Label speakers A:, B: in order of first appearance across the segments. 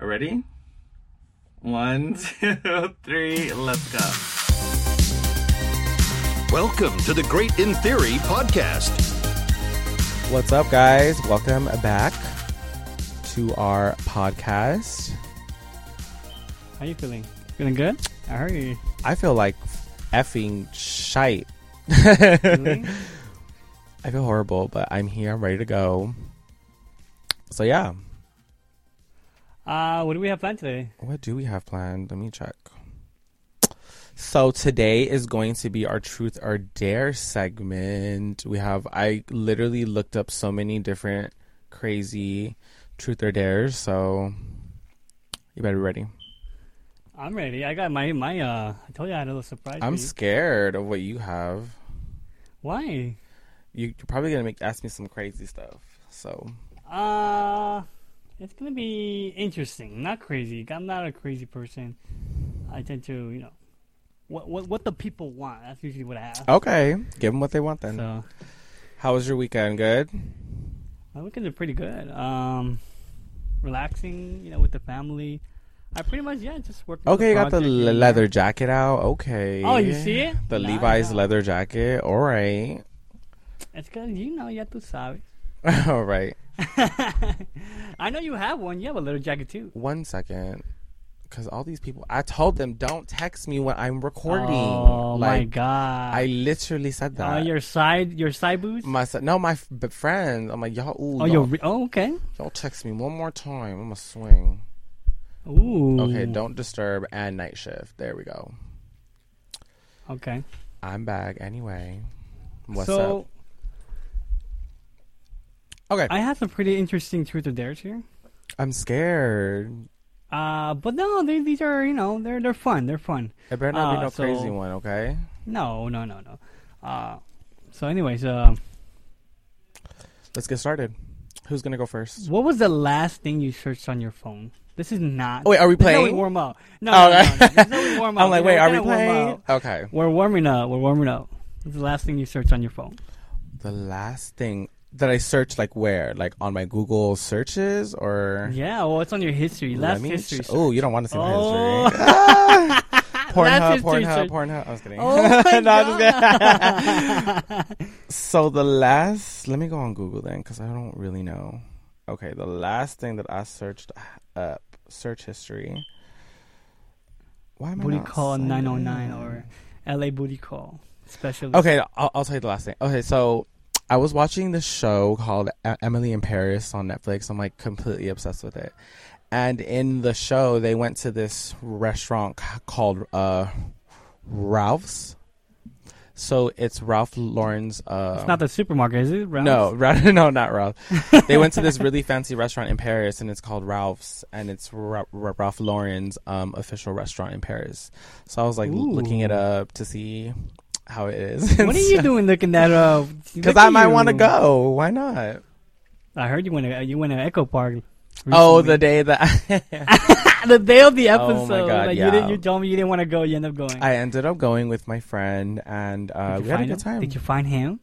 A: Ready? One, two, three, let's go.
B: Welcome to the Great in Theory podcast.
C: What's up, guys? Welcome back to our podcast.
D: How you feeling? Feeling good? How are you?
C: I feel like effing shite.
D: Really?
C: I feel horrible, but I'm here. I'm ready to go. So, yeah,
D: uh, what do we have planned today?
C: what do we have planned? Let me check. So, today is going to be our truth or dare segment. We have, I literally looked up so many different crazy truth or dares. So, you better be ready.
D: I'm ready. I got my my. Uh, I told you I had a little surprise.
C: I'm
D: for you.
C: scared of what you have.
D: Why?
C: you- you're probably gonna make ask me some crazy stuff. So
D: Uh, it's gonna be interesting. Not crazy. I'm not a crazy person. I tend to, you know, what what what the people want. That's usually what I ask.
C: okay, give them what they want then.
D: So
C: How was your weekend? Good.
D: my weekends are pretty good. Um, relaxing, you know, with the family. I pretty much yeah, just working. on
C: Okay, you got the
D: project here
C: l-
D: and
C: leather
D: there.
C: jacket out. Okay.
D: Oh, you see it?
C: The
D: Nah,
C: Levi's
D: nah.
C: leather jacket. All right.
D: It's cause you know, ya tú sabes.
C: All right.
D: I know you have one. You have a leather jacket too.
C: One second. Cause all these people, I told them don't text me when I'm recording.
D: Oh
C: like,
D: my god!
C: I literally said
D: uh,
C: that.
D: your side, your side boots.
C: my son- no, my f- b- friends. I'm like y'all. Ooh,
D: oh, your
C: y'all,
D: re- oh okay.
C: y'all text me one more time. I'm going to swing.
D: Ooh.
C: Okay, don't disturb and night shift. There we go.
D: Okay.
C: I'm back anyway. What's
D: so
C: up? Okay,
D: I have some pretty interesting truth or dares here.
C: I, am scared.
D: Uh, but no, they, these are you know they're they're fun. They're fun.
C: It better not be
D: Uh,
C: no
D: so-
C: crazy one, okay?
D: No, no, no, no. Uh, so anyways, uh,
C: Let's get started. Who's gonna go first?
D: what was the last thing you searched on your phone? This is not.
C: Oh, wait, are we
D: this is how
C: playing?
D: we warm up. No,
C: Oh,
D: no, no, no,
C: okay.
D: This is how we warm up.
C: I'm like,
D: You know,
C: wait, are we
D: gotta warm
C: playing?
D: up.
C: Okay.
D: We're warming up. We're warming up. What's the last thing you searched on your phone?
C: The last thing that I searched, like where, like on my Google searches, or
D: Yeah, well, it's on your history. Last history. search.
C: oh, you don't want to see my
D: Oh.
C: history. Ah! Pornhub,
D: history
C: Pornhub,
D: search.
C: Pornhub. I was kidding.
D: Oh my
C: No, I'm just kidding.
D: god!
C: So the last, let me go on Google then, because I don't really know. Okay, the last thing that I searched up, search history. Why am
D: booty
C: not
D: call
C: seeing
D: nine oh
C: it?
D: nine or LA booty call special.
C: Okay, I'll, I'll tell you the last thing. Okay, so I was watching this show called E- Emily in Paris on Netflix. I'm like completely obsessed with it. And in the show, they went to this restaurant c- called uh, Ralph's. So it's Ralph Lauren's. Uh,
D: it's not the supermarket, is it? Ralph's?
C: No, ra- no, not Ralph. they went to this really fancy restaurant in Paris, and it's called Ralph's, and it's Ra- Ra- Ralph Lauren's um, official restaurant in Paris. So I was like l- looking it
D: Ooh.
C: up to see how it is.
D: What are you doing looking uh, that up?
C: Because I might want to go. Why not?
D: I heard you went. To, you went to Echo Park.
C: Oh, the
D: recently. Ah,
C: day that
D: the day of the
C: Oh my
D: episode.
C: God,
D: like,
C: yeah.
D: you, didn't, you told me you didn't want to go. You end up going.
C: I ended up going with my friend, and uh,
D: Did you
C: we had a
D: find
C: good
D: him?
C: time.
D: Did you find him?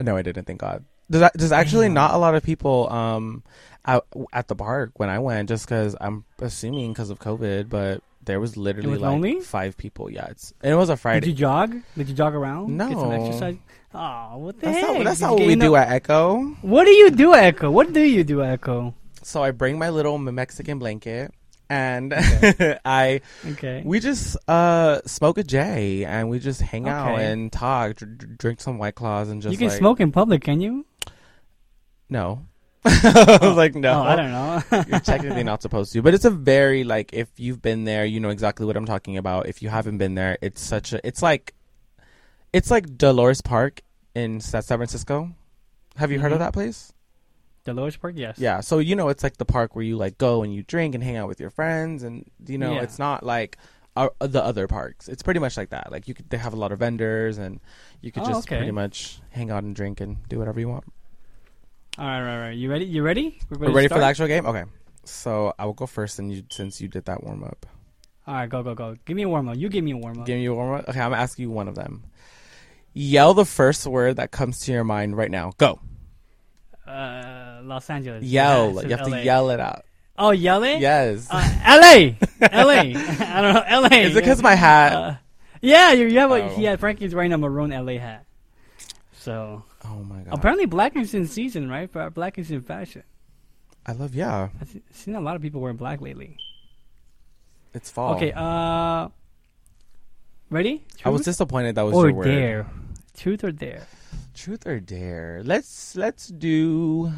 C: No, I didn't. Thank God. There's, a- there's actually
D: Damn.
C: not a lot of people um out, at the park when I went, just because I'm assuming because of COVID. But there was literally
D: was
C: like
D: lonely?
C: five people. Yeah, it's and it was a
D: Did
C: Friday.
D: you jog? Did you jog around? Get
C: No.
D: some exercise. Oh, what the
C: that's
D: heck?
C: not, that's
D: Did
C: not
D: you
C: what
D: get
C: we
D: in
C: do
D: the-
C: at Echo.
D: What do you do, at Echo? What do you do, at Echo?
C: So I bring my little Mexican blanket, and I
D: Okay.
C: we just uh smoke a J, and we just hang out
D: Okay.
C: and talk, dr- dr- drink some white claws, and just
D: you can
C: like-
D: smoke in public, can you?
C: No, I was like no.
D: Oh, I don't know.
C: you're technically not supposed to, but it's a very like if you've been there, you know exactly what I'm talking about. If you haven't been there, it's such a it's like it's like Dolores Park in Sa- San Francisco. Have you heard of
D: Mhm.
C: that place?
D: Dolores Park, yes.
C: Yeah, so you know it's like the park where you like go and you drink and hang out with your friends, and you know
D: Yeah.
C: it's not like our, the other parks. It's pretty much like that. Like you could they have a lot of vendors and you could
D: Oh,
C: just
D: okay.
C: pretty much hang out and drink and do whatever you want.
D: All right, right, right. You ready? You ready? We're
C: We're ready for the actual game? Okay, so I will go first, and you since you did that warm up.
D: All right, go, go, go. Give me a warm up. You give me a warm up.
C: Give me a warm up. Okay, I'm gonna ask you one of them. Yell the first word that comes to your mind right now. Go.
D: Uh, Los Angeles.
C: Yell.
D: Yeah, it
C: you
D: says
C: have to
D: LA.
C: yell it out.
D: Oh, Yale?
C: Yes.
D: Uh, eh. LA! LA! I don't know, LA!
C: Is it because my hat?
D: Uh, Yeah, you, you have a,
C: Oh.
D: he had Frankie's wearing a maroon LA hat. So,
C: oh my god.
D: apparently black is in season, right? Bra- Black is in fashion.
C: I love yeah.
D: I've se- seen a lot of people wearing black lately.
C: It's fall.
D: Okay, uh. Ready?
C: Oh. I was
D: Truth
C: disappointed that was
D: or
C: your word.
D: dare. Truth or dare.
C: Truth or dare? Let's let's do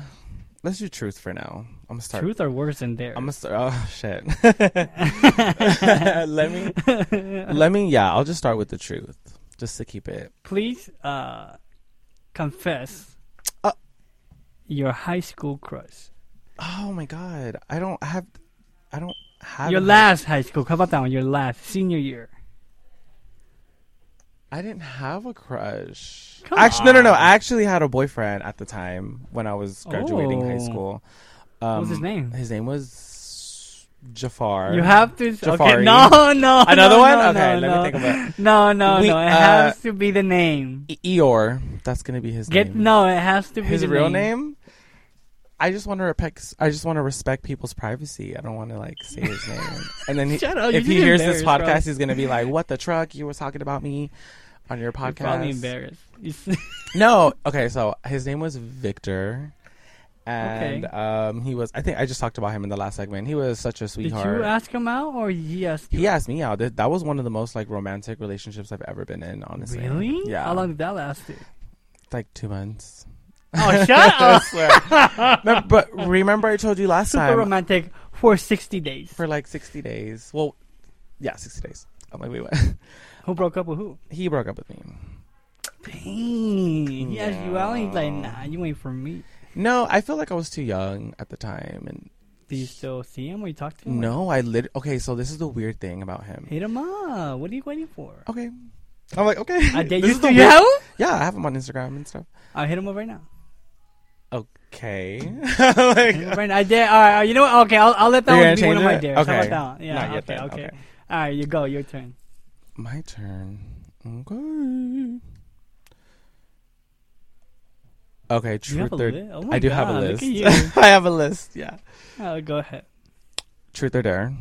C: let's do truth for now. I'm gonna start.
D: Truth or worse than dare.
C: I'm gonna start. Oh shit. let me let me. Yeah, I'll just start with the truth, just to keep it.
D: Please uh, confess
C: Uh.
D: your high school crush.
C: Oh my god, I don't have. I don't have.
D: your
C: a-
D: last high school. How about that one? Your last senior year.
C: I didn't have a crush.
D: Come
C: actually, no, no, no.
D: on.
C: I actually had a boyfriend at the time when I was graduating high
D: Oh.
C: school. Um,
D: was his name?
C: His name was Jafar.
D: You have to. Okay,
C: Jafari.
D: no, no.
C: Another
D: no,
C: one?
D: no,
C: Okay,
D: no,
C: let me
D: no.
C: think about
D: No, no,
C: We-
D: no. It
C: uh,
D: has to be the name.
C: E- Eeyore. That's gonna be his
D: Get
C: name.
D: no. It has to be
C: his
D: the
C: real name. I just want to respect. I just want to respect people's privacy. I don't want to like say his name. And then he,
D: Shut up,
C: if
D: you
C: he
D: just
C: hears this podcast,
D: embarrassed, bro.
C: he's gonna be like, "What the truck? You were talking about me on your
D: You're Probably
C: podcast."
D: embarrassed. You s-
C: No. Okay. So his name was Victor, and
D: Okay.
C: um, he was. I think I just talked about him in the last segment. He was such a
D: Did you
C: sweetheart.
D: ask him out or he asked you?
C: he asked me out. Th- That was one of the most like romantic relationships I've ever been in. Honestly.
D: Really?
C: Yeah.
D: How long did that last?
C: Like two months.
D: Oh, shut
C: I
D: up!
C: swear. No, but remember, I told you last
D: Super
C: time.
D: romantic for 60 days.
C: for like 60 days. Well, yeah, 60 days. I'm like, wait, what?
D: Who broke up with who?
C: he broke up with me.
D: Dang. He asked you out and he's like, nah, you ain't for me.
C: No, I feel like I was too young at the time. And
D: Do you still see him or you talk to him?
C: no, I lit. Okay, so this is the weird thing about him.
D: Hit him up. What are you waiting for?
C: Okay. I'm like, okay.
D: I dare
C: Oh, this
D: Uh, you
C: is the
D: to
C: weird-
D: have him?
C: Yeah, I have him on Instagram and stuff.
D: I'll hit him up right now.
C: Okay.
D: Hit
C: like,
D: him up right now. I dare. All right. You know what? Okay. I'll, I'll let that
C: You're
D: one
C: gonna
D: be one of
C: change
D: my
C: it?
D: dares. How
C: Okay.
D: about that? Yeah.
C: Not yet
D: okay,
C: then,
D: okay.
C: okay.
D: All right. You go. Your turn.
C: my turn. Okay. Okay,
D: you have
C: truth
D: a
C: or
D: li- oh my
C: I do have a
D: God, look
C: list.
D: at you.
C: I have a list. Yeah.
D: Oh, go ahead.
C: Truth or dare?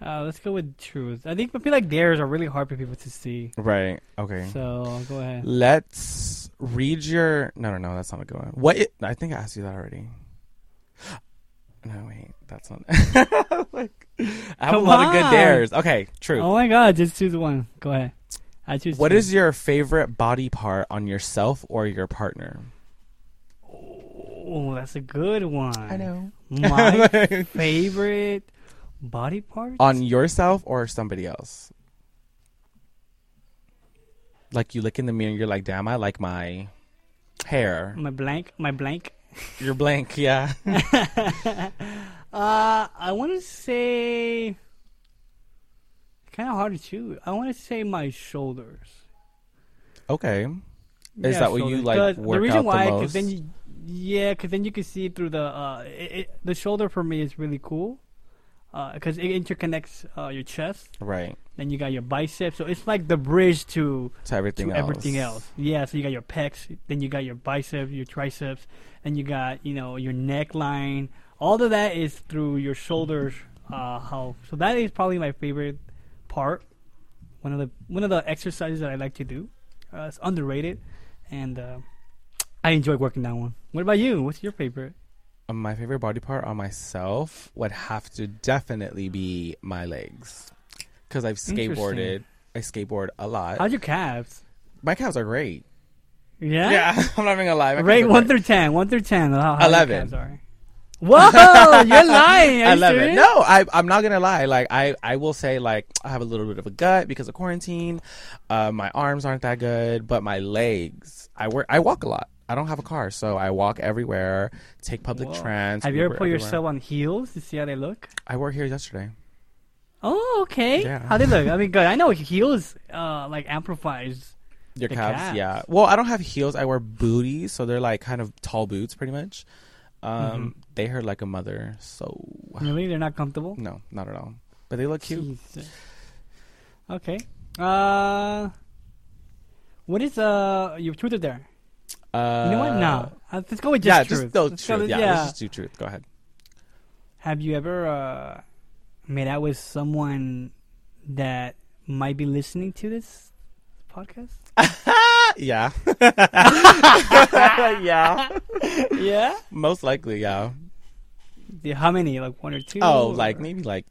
D: Uh, let's go with truth. I think I feel like dares are really hard for people to see.
C: Right. Okay.
D: So go ahead.
C: Let's read your. No, no, no. That's not a good one. What? i I think I asked you that already. No, wait. That's not. like, I have
D: Come
C: a lot of good
D: on.
C: dares. Okay, true.
D: Oh my God! Just choose one. Go ahead. I choose.
C: what
D: truth.
C: is your favorite body part on yourself or your partner?
D: Oh, that's a good one.
C: know.
D: My favorite body part.
C: On yourself or somebody else? Like you look in the mirror, you're like, damn, I like my hair.
D: my blank. My blank.
C: You're blank, yeah.
D: Uh, I want to say. Kind of hard to choose. I want to say my shoulders.
C: okay. Is
D: Yeah,
C: that what you,
D: shoulders.
C: like,
D: 'Cause
C: work
D: the reason
C: out the
D: why? then
C: most?
D: you, yeah, because then you can see through the uh, it, it, the shoulder for me is really cool. Because it interconnects uh, your chest,
C: Right.
D: then you got your biceps, so it's like the bridge to
C: To everything
D: to
C: else.
D: everything else. Yeah, so you got your pecs, then you got your biceps, your triceps, and you got you know your neckline. All of that is through your shoulders. Uh, how so that is probably my favorite part. One of the one of the exercises that I like to do. Uh, it's underrated, and uh, I enjoy working that one. What about you? What's your favorite?
C: Uh, My favorite body part on myself would have to definitely be my legs, because I've skateboarded. I
D: Interesting.
C: skateboard a lot.
D: How's your calves?
C: my calves are great.
D: Yeah.
C: Yeah, I'm not even gonna lie. My
D: Rate
C: calves are
D: one
C: great.
D: through ten. One through ten. How, how your
C: Eleven.
D: calves are. Whoa! Oh, You're lying. Are you
C: I love
D: serious?
C: it. No, I, I'm not gonna lie. Like I, I will say like I have a little bit of a gut because of quarantine. Uh, my arms aren't that good, but my legs. I work. I walk a lot. I don't have a car, so I walk everywhere. Take public
D: Whoa.
C: trans.
D: Have you ever
C: Uber
D: put
C: everywhere.
D: yourself on heels to see how they look?
C: I wore here yesterday.
D: Oh, okay.
C: Yeah.
D: How they look? I mean, good. I know heels uh, like amplifies.
C: Your
D: The
C: calves,
D: calves.
C: yeah. Well, I don't have heels. I wear booties, so they're like kind of tall boots, pretty much.
D: Mm-hmm.
C: Um, they hurt like a mother, so
D: Really, they're not comfortable.
C: no, not at all. But they look cute.
D: Jesus. Okay. Uh, what is uh your truth or dare?
C: Uh,
D: You know what? No, uh, let's go with just
C: yeah,
D: truth.
C: just no
D: Let's go
C: truth.
D: with-
C: Yeah,
D: yeah.
C: let's just do truth. Go ahead.
D: Have you ever uh, made out with someone that might be listening to this podcast?
C: yeah. Ah, yeah.
D: Yeah.
C: Most likely, yeah.
D: Yeah, How many? Like one or two?
C: Oh,
D: or-
C: like maybe like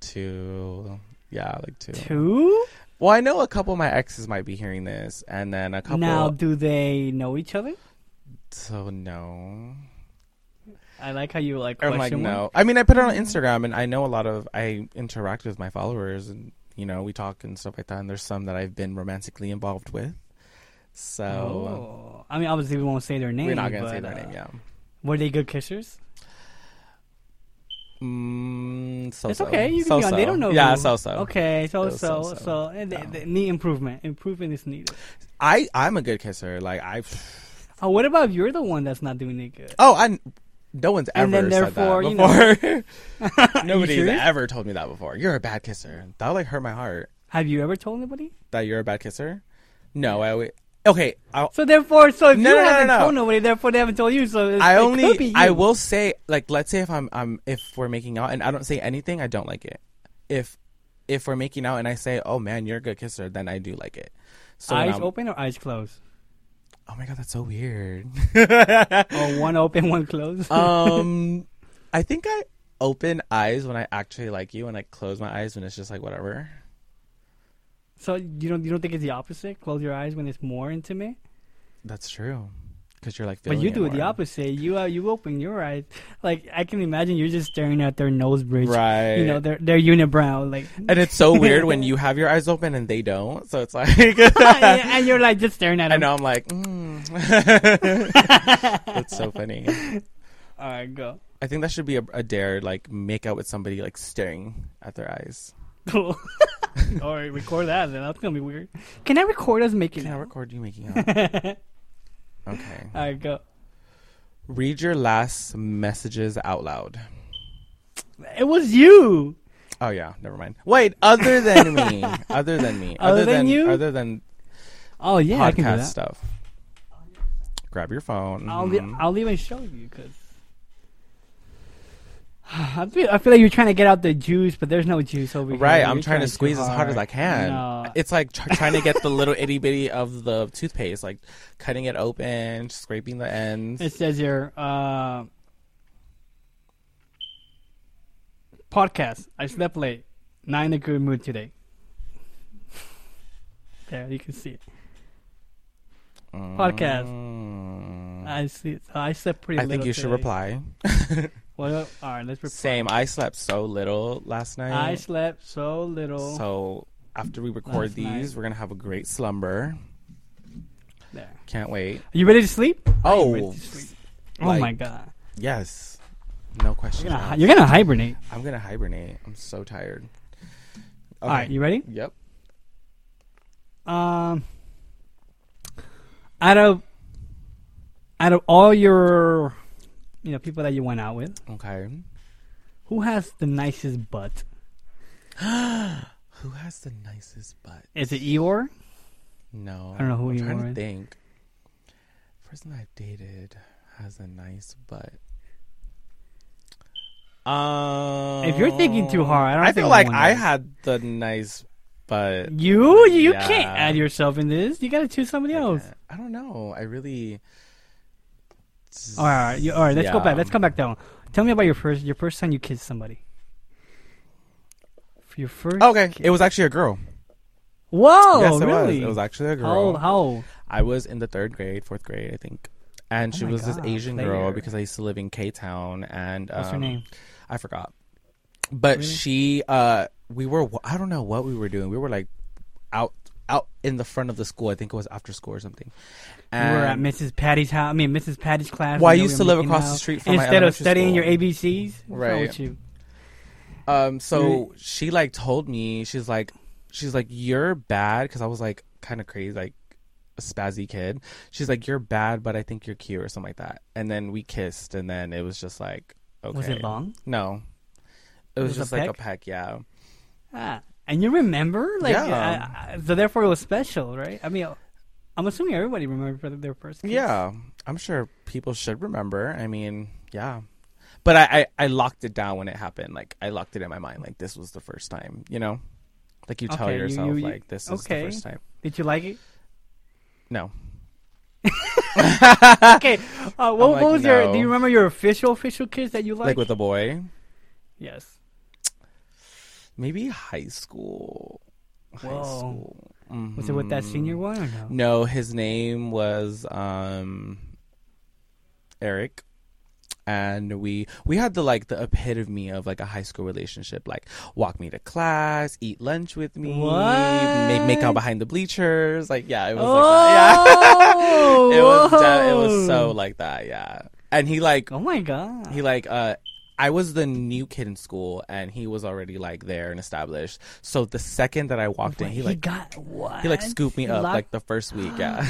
C: two. Yeah, like two.
D: two.
C: Well, I know a couple of my exes might be hearing this, and then a couple.
D: Now, do they know each other?
C: so no.
D: I like how you like
C: Or I'm like
D: question
C: no. I mean, I put it on Instagram, and I know a lot of I interact with my followers, and you know we talk and stuff like that. And there's some that I've been romantically involved with. So
D: one. Oh. I mean, obviously we won't say their name.
C: Um, we're not gonna say
D: but,
C: their name.
D: uh,
C: Yeah.
D: Were they good kissers?
C: Mm, so
D: It's okay. You can be on. They don't know.
C: Yeah,
D: you.
C: so so.
D: Okay, so
C: It was
D: so so.
C: so-so.
D: eh, they-
C: Yeah.
D: they need improvement. Improvement is needed.
C: I I'm a good kisser. Like I.
D: Oh, what about if you're the one that's not doing it good?
C: Oh, I. No one's ever
D: And
C: said
D: then therefore, you know-
C: that before. Nobody's
D: serious?
C: ever told me that before. You're a bad kisser. That like hurt my heart.
D: Have you ever told anybody?
C: That you're a bad kisser. No, I always. Okay, I'll,
D: So therefore, so if
C: No,
D: you
C: no, no,
D: haven't
C: no.
D: told nobody, therefore they haven't told you. So it's,
C: I
D: it
C: only
D: could be you.
C: I will say like let's say if I'm I'm if we're making out and I don't say anything I don't like it. If if we're making out and I say oh man you're a good kisser then I do like it. So when
D: eyes
C: I'm-
D: open or eyes closed?
C: Oh my god that's so weird.
D: Or one open, one closed?
C: um, I think I open eyes when I actually like you and I close my eyes when it's just like whatever.
D: so you don't you don't think it's the opposite? Close your eyes when it's more intimate.
C: That's true. Because you're like
D: But
C: feeling
D: you
C: it
D: do it the
C: more.
D: opposite. You uh, you open your eyes. Like I can imagine you're just staring at their nose bridge.
C: Right.
D: You know their their unibrow. Like
C: And it's so weird when you have your eyes open and they don't. So it's like,
D: and you're like just staring at
C: I
D: them.
C: know I'm like, mm. that's so funny.
D: All right, go.
C: I think that should be a, a dare, like make out with somebody like staring at their eyes.
D: Cool. All right, record that. Then that's gonna be weird. Can I record us making?
C: Can I
D: out?
C: record you making out? okay.
D: All right, go.
C: Read your last messages out loud.
D: It was you.
C: Oh yeah, never mind. Wait, other than me, other than me,
D: Other than you?
C: other than
D: Oh yeah, I can do
C: podcast
D: that.
C: stuff. Grab your phone.
D: I'll
C: Mhm.
D: li- I'll even show you because. I feel, I feel like you're trying to get out the juice, but there's no juice over here.
C: Right,
D: You're
C: I'm trying to
D: too
C: squeeze as hard as I can.
D: No.
C: It's like tr- trying to get the little itty bitty of the toothpaste, like cutting it open, scraping the ends.
D: It says your uh, podcast. I slept late. Not in a good mood today. There, you can see it. Podcast.
C: Mm.
D: I see. I slept pretty.
C: I think
D: little
C: you should
D: today.
C: reply.
D: What? All right, let's reply.
C: Same. I slept so little last night.
D: I slept so little.
C: so after we record
D: Last
C: these,
D: night.
C: we're gonna have a great slumber.
D: there.
C: Can't wait.
D: Are you ready to sleep? I am ready
C: Oh,
D: to sleep. oh
C: like-
D: my god!
C: Yes. No question.
D: You're gonna, hi- you're gonna hibernate.
C: I'm gonna hibernate. I'm so tired.
D: All right, you ready?
C: Yep.
D: Um, out of out of all your you know people that you went out with,
C: Okay.
D: who has the nicest butt?
C: Who has the nicest butt?
D: Is it Eeyore?
C: No.
D: I don't know who
C: I'm
D: you
C: trying
D: are.
C: to think. Person I've dated has a nice butt. Um,
D: If you're thinking too hard, I don't
C: I
D: think
C: feel like
D: anyone
C: I
D: does.
C: had the nice butt.
D: You you can't
C: Yeah.
D: add yourself in this. You gotta choose somebody else.
C: I don't know. I really.
D: All right, all right, you- all right. Let's go
C: Yeah.
D: back. Let's come back down. Tell me about your first your first time you kissed somebody. For your first.
C: Okay.
D: kiss-
C: It was actually a girl.
D: Whoa!
C: yes, it
D: Oh, really?
C: was. It was actually a girl.
D: How old? How old?
C: I was in the third grade, fourth grade, I think. And she
D: Oh my
C: was this
D: God,
C: Asian
D: player.
C: girl because I used to live in K Town. And
D: What's her
C: um,
D: name?
C: I forgot. But she, uh, we were, I don't know what we were doing. We were like out, out in the front of the school. I think it was after school or something.
D: You were at
C: And
D: Mrs. Patty's house. I mean, Mrs. Patty's class.
C: Well, I
D: and they
C: used to
D: were
C: live
D: making
C: across the
D: out.
C: street from my
D: Instead of
C: elementary
D: studying
C: school.
D: your ABCs, what's wrong
C: Right.
D: with you?
C: um, so she like told me she's like, she's like, you're bad because I was like kind of crazy, like a spazzy kid. She's like, you're bad, but I think you're cute or something like that. And then we kissed, and then it was just like, okay,
D: Was it long?
C: No. It was,
D: was a
C: just like a
D: peck?
C: peck, yeah.
D: Ah, and you remember, like,
C: Yeah.
D: I, I, so therefore it was special, right? I mean, I'm assuming everybody remembered for their first. Kiss.
C: Yeah. I'm sure people should remember. I mean, yeah. But I, I I locked it down when it happened. Like I locked it in my mind. Like this was the first time. You know, like you tell
D: Okay, you-
C: yourself
D: you- you-
C: like this is
D: okay.
C: the first time.
D: Did you like it?
C: No,
D: Okay. Uh, what,
C: like,
D: what was your? Do
C: no.
D: you remember your official official kiss that you
C: like,
D: liked?
C: with a boy,
D: yes.
C: maybe high school. High
D: Whoa.
C: school.
D: Was it with that senior one or no?
C: No, his name was um Eric. And we we had the like the epitome of like a high school relationship, like walk me to class, eat lunch with me, make make out
D: What?
C: behind the bleachers, like yeah, it was like that.
D: Oh,
C: yeah, it was de- it
D: whoa.
C: was so like that, yeah. And he like
D: Oh my god.
C: he like uh I was the new kid in school, and he was already like there and established. So the second that I walked in, he like
D: got what?
C: he like scooped me up
D: Lock-
C: like the first week. Yeah.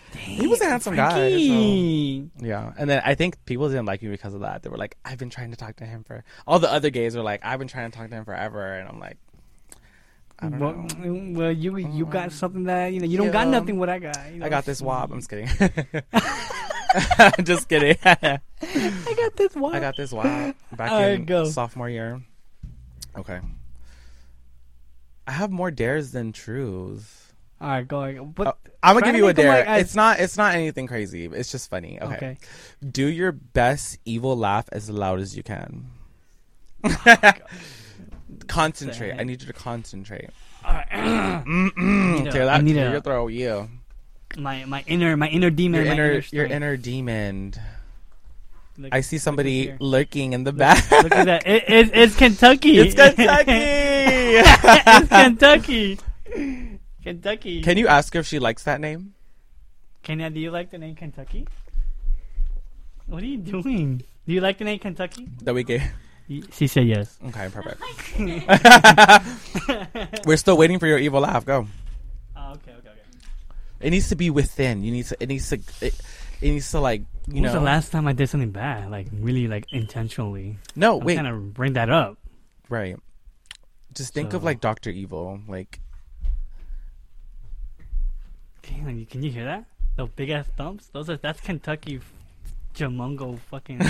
C: he was a handsome guy.
D: Frankie.
C: so- Yeah. And then I think people didn't like me because of that. They were like, I've been trying to talk to him for all the other gays were like, I've been trying to talk to him forever and I'm like I don't
D: Well,
C: know. Oh.
D: well, you you got something that you know you don't got
C: Yeah.
D: nothing what I got. you
C: I
D: know?
C: got this wob. I'm just kidding. just kidding. I
D: I got this one.
C: got this wob back
D: All right,
C: in
D: go.
C: sophomore year. Okay. I have more dares than truths.
D: All right, go. ahead. What?
C: Oh, I'm gonna
D: Try
C: give
D: to
C: you a
D: make them,
C: dare.
D: like, as-
C: it's not. It's not anything crazy. It's just funny. Okay.
D: Okay.
C: Do your best evil laugh as loud as you can. concentrate. I need you to concentrate.
D: I need a-
C: Clear that.
D: I need
C: clear
D: a-
C: your throat. You.
D: my my inner my inner demon.
C: Your
D: my
C: inner. Your
D: strength.
C: inner demon.
D: Look-
C: I see somebody
D: here.
C: lurking in the back.
D: Look at that. It, it, it's Kentucky.
C: it's Kentucky.
D: it's Kentucky. Kentucky.
C: Can you ask her if she likes that name?
D: Kenya, do you like the name Kentucky? What are you doing? Do you like the name Kentucky?
C: That we gave.
D: Y- She said yes.
C: Okay, perfect. We're still waiting for your evil laugh. Go.
D: Oh, okay, okay, okay.
C: It needs to be within. You need to. It needs to. It, it needs to like you
D: When was
C: know.
D: the last time I did something bad? Like really, like intentionally.
C: no,
D: I'm
C: wait.
D: trying to bring that up.
C: Right. Just think of
D: So-
C: like Doctor Evil. Like
D: Damn, you- can you hear that? Those big ass thumps. Those are that's Kentucky, f- jamungo fucking.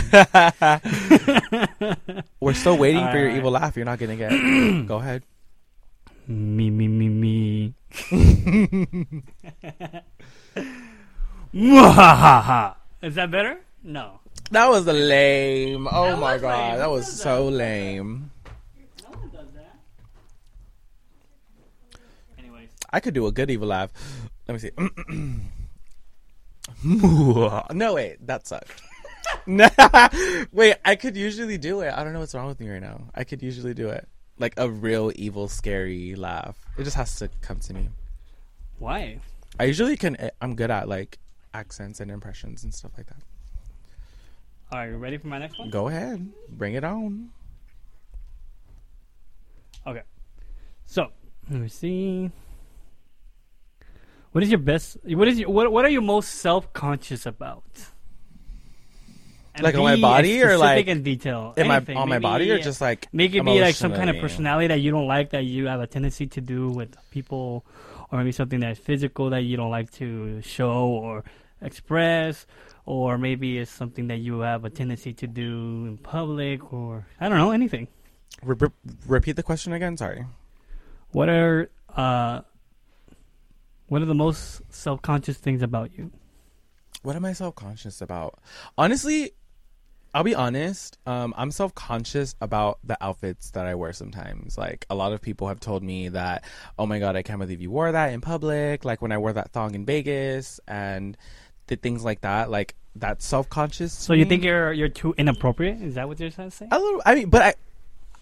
C: we're still waiting for your
D: Alright.
C: evil laugh. You're not gonna get. it. Go ahead.
D: me me me me. Is that better? No.
C: That was lame. Oh my
D: was
C: god,
D: lame.
C: that
D: Who
C: was
D: does
C: so lame.
D: No one does that. Anyways.
C: I could do a good evil laugh. Let me see. no wait, that sucked. wait, I could usually do it. I don't know what's wrong with me right now. I could usually do it. Like a real evil, scary laugh. It just has to come to me.
D: Why?
C: I usually can. eh, I'm good at like accents and impressions and stuff like that.
D: All right, you ready for my next one?
C: Go ahead, bring it on.
D: Okay. So, let me see. What is your best? What is your what? What are you most self conscious about? And
C: Like on my
D: be
C: body or,
D: specific
C: like,
D: in detail?
C: Am I
D: Anything.
C: on my
D: Maybe
C: body or just like
D: make it be like some kind of
C: emotionally?
D: personality that you don't like that you have a tendency to do with people, or maybe something that's physical that you don't like to show or express, or maybe it's something that you have a tendency to do in public, or I don't know anything.
C: Re- re- repeat the question again. Sorry.
D: What are uh, what are the most self-conscious things about you?
C: What am I self conscious about? Honestly, I'll be honest. Um, I'm self conscious about the outfits that I wear sometimes. Like a lot of people have told me that, oh my god, I can't believe you wore that in public. Like when I wore that thong in Vegas and th- things like that. Like that's self conscious.
D: So you think you're you're too inappropriate? Is that what you're trying to say?
C: A little. I mean, but I.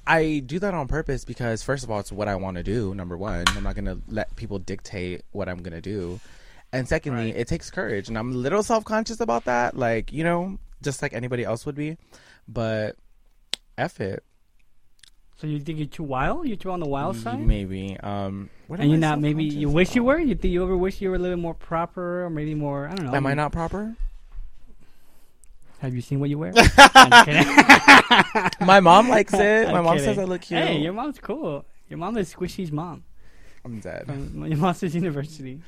C: I do that on purpose because, first of all, it's what I want to do. Number one, I'm not going to let people dictate what I'm going to do, and secondly, it takes courage, and I'm a little self conscious about that. Like you know, just like anybody else would be, but f it,
D: So you think you're too wild? You're too on the wild side?
C: maybe. Um, what
D: and
C: am
D: you're
C: I
D: not maybe you
C: self-conscious
D: wish you
C: about?
D: were? You think you ever wish you were a little bit more proper or maybe more I don't know.
C: Am I not proper?
D: Have you seen what you wear? I'm kidding.
C: My mom likes it. My
D: I'm
C: mom
D: kidding.
C: says I look cute.
D: Hey, your mom's cool. Your mom is Squishy's mom.
C: I'm dead.
D: From your mom's at university.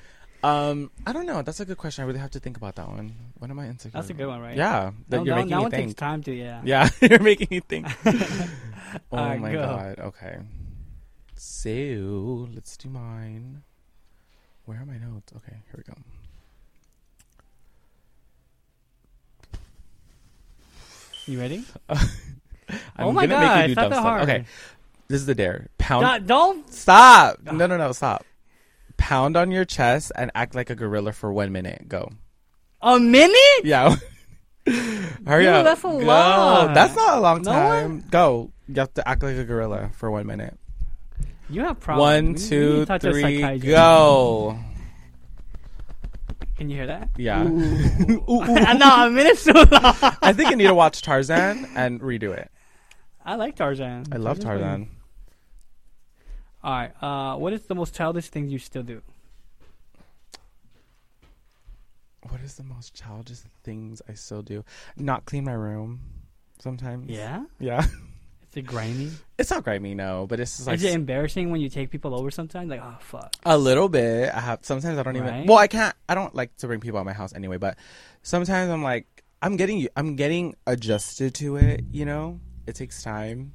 C: Um, I don't know. That's a good question. I really have to think about that one. What am I insecure?
D: That's a good
C: about?
D: one, right?
C: Yeah, that
D: That,
C: you're
D: that,
C: making
D: that
C: me
D: one takes
C: think.
D: time to, yeah.
C: Yeah, you're making me think. oh
D: Alright,
C: my
D: go.
C: god. Okay. So let's do mine. Where are my notes? Okay, here we go.
D: You ready?
C: I'm
D: oh my
C: gonna
D: god,
C: make you do
D: it's not
C: dumb
D: that
C: stuff.
D: hard.
C: Okay, um, this is the dare. Pound.
D: Don't, don't
C: Stop. No, no, no. Stop. Pound on your chest and act like a gorilla for one minute. Go.
D: a minute?
C: Yeah. Hurry
D: Dude,
C: up.
D: that's a
C: Go.
D: lot.
C: That's not a long
D: No
C: time. Go. You have to act like a gorilla for one minute.
D: You have
C: One,
D: problems. We- we need
C: two,
D: to talk to a
C: three,
D: psychiatrist.
C: go.
D: Can you hear that?
C: Yeah.
D: no, a minute's too long.
C: I think I need to watch Tarzan and redo it.
D: I like Tarzan.
C: I love Tarzan.
D: All right. Uh, what is the most childish thing you still do?
C: What is the most childish things I still do? Not clean my room sometimes.
D: Yeah.
C: Yeah.
D: Is it grimy?
C: It's not grimy, no, but it's just like
D: Is it embarrassing when you take people over sometimes? Like, oh fuck.
C: A little bit. I have sometimes I don't even.
D: Right?
C: Well, I can't. I don't like to bring people at my house anyway. But sometimes I'm like, I'm getting, you. I'm getting adjusted to it. You know, it takes time.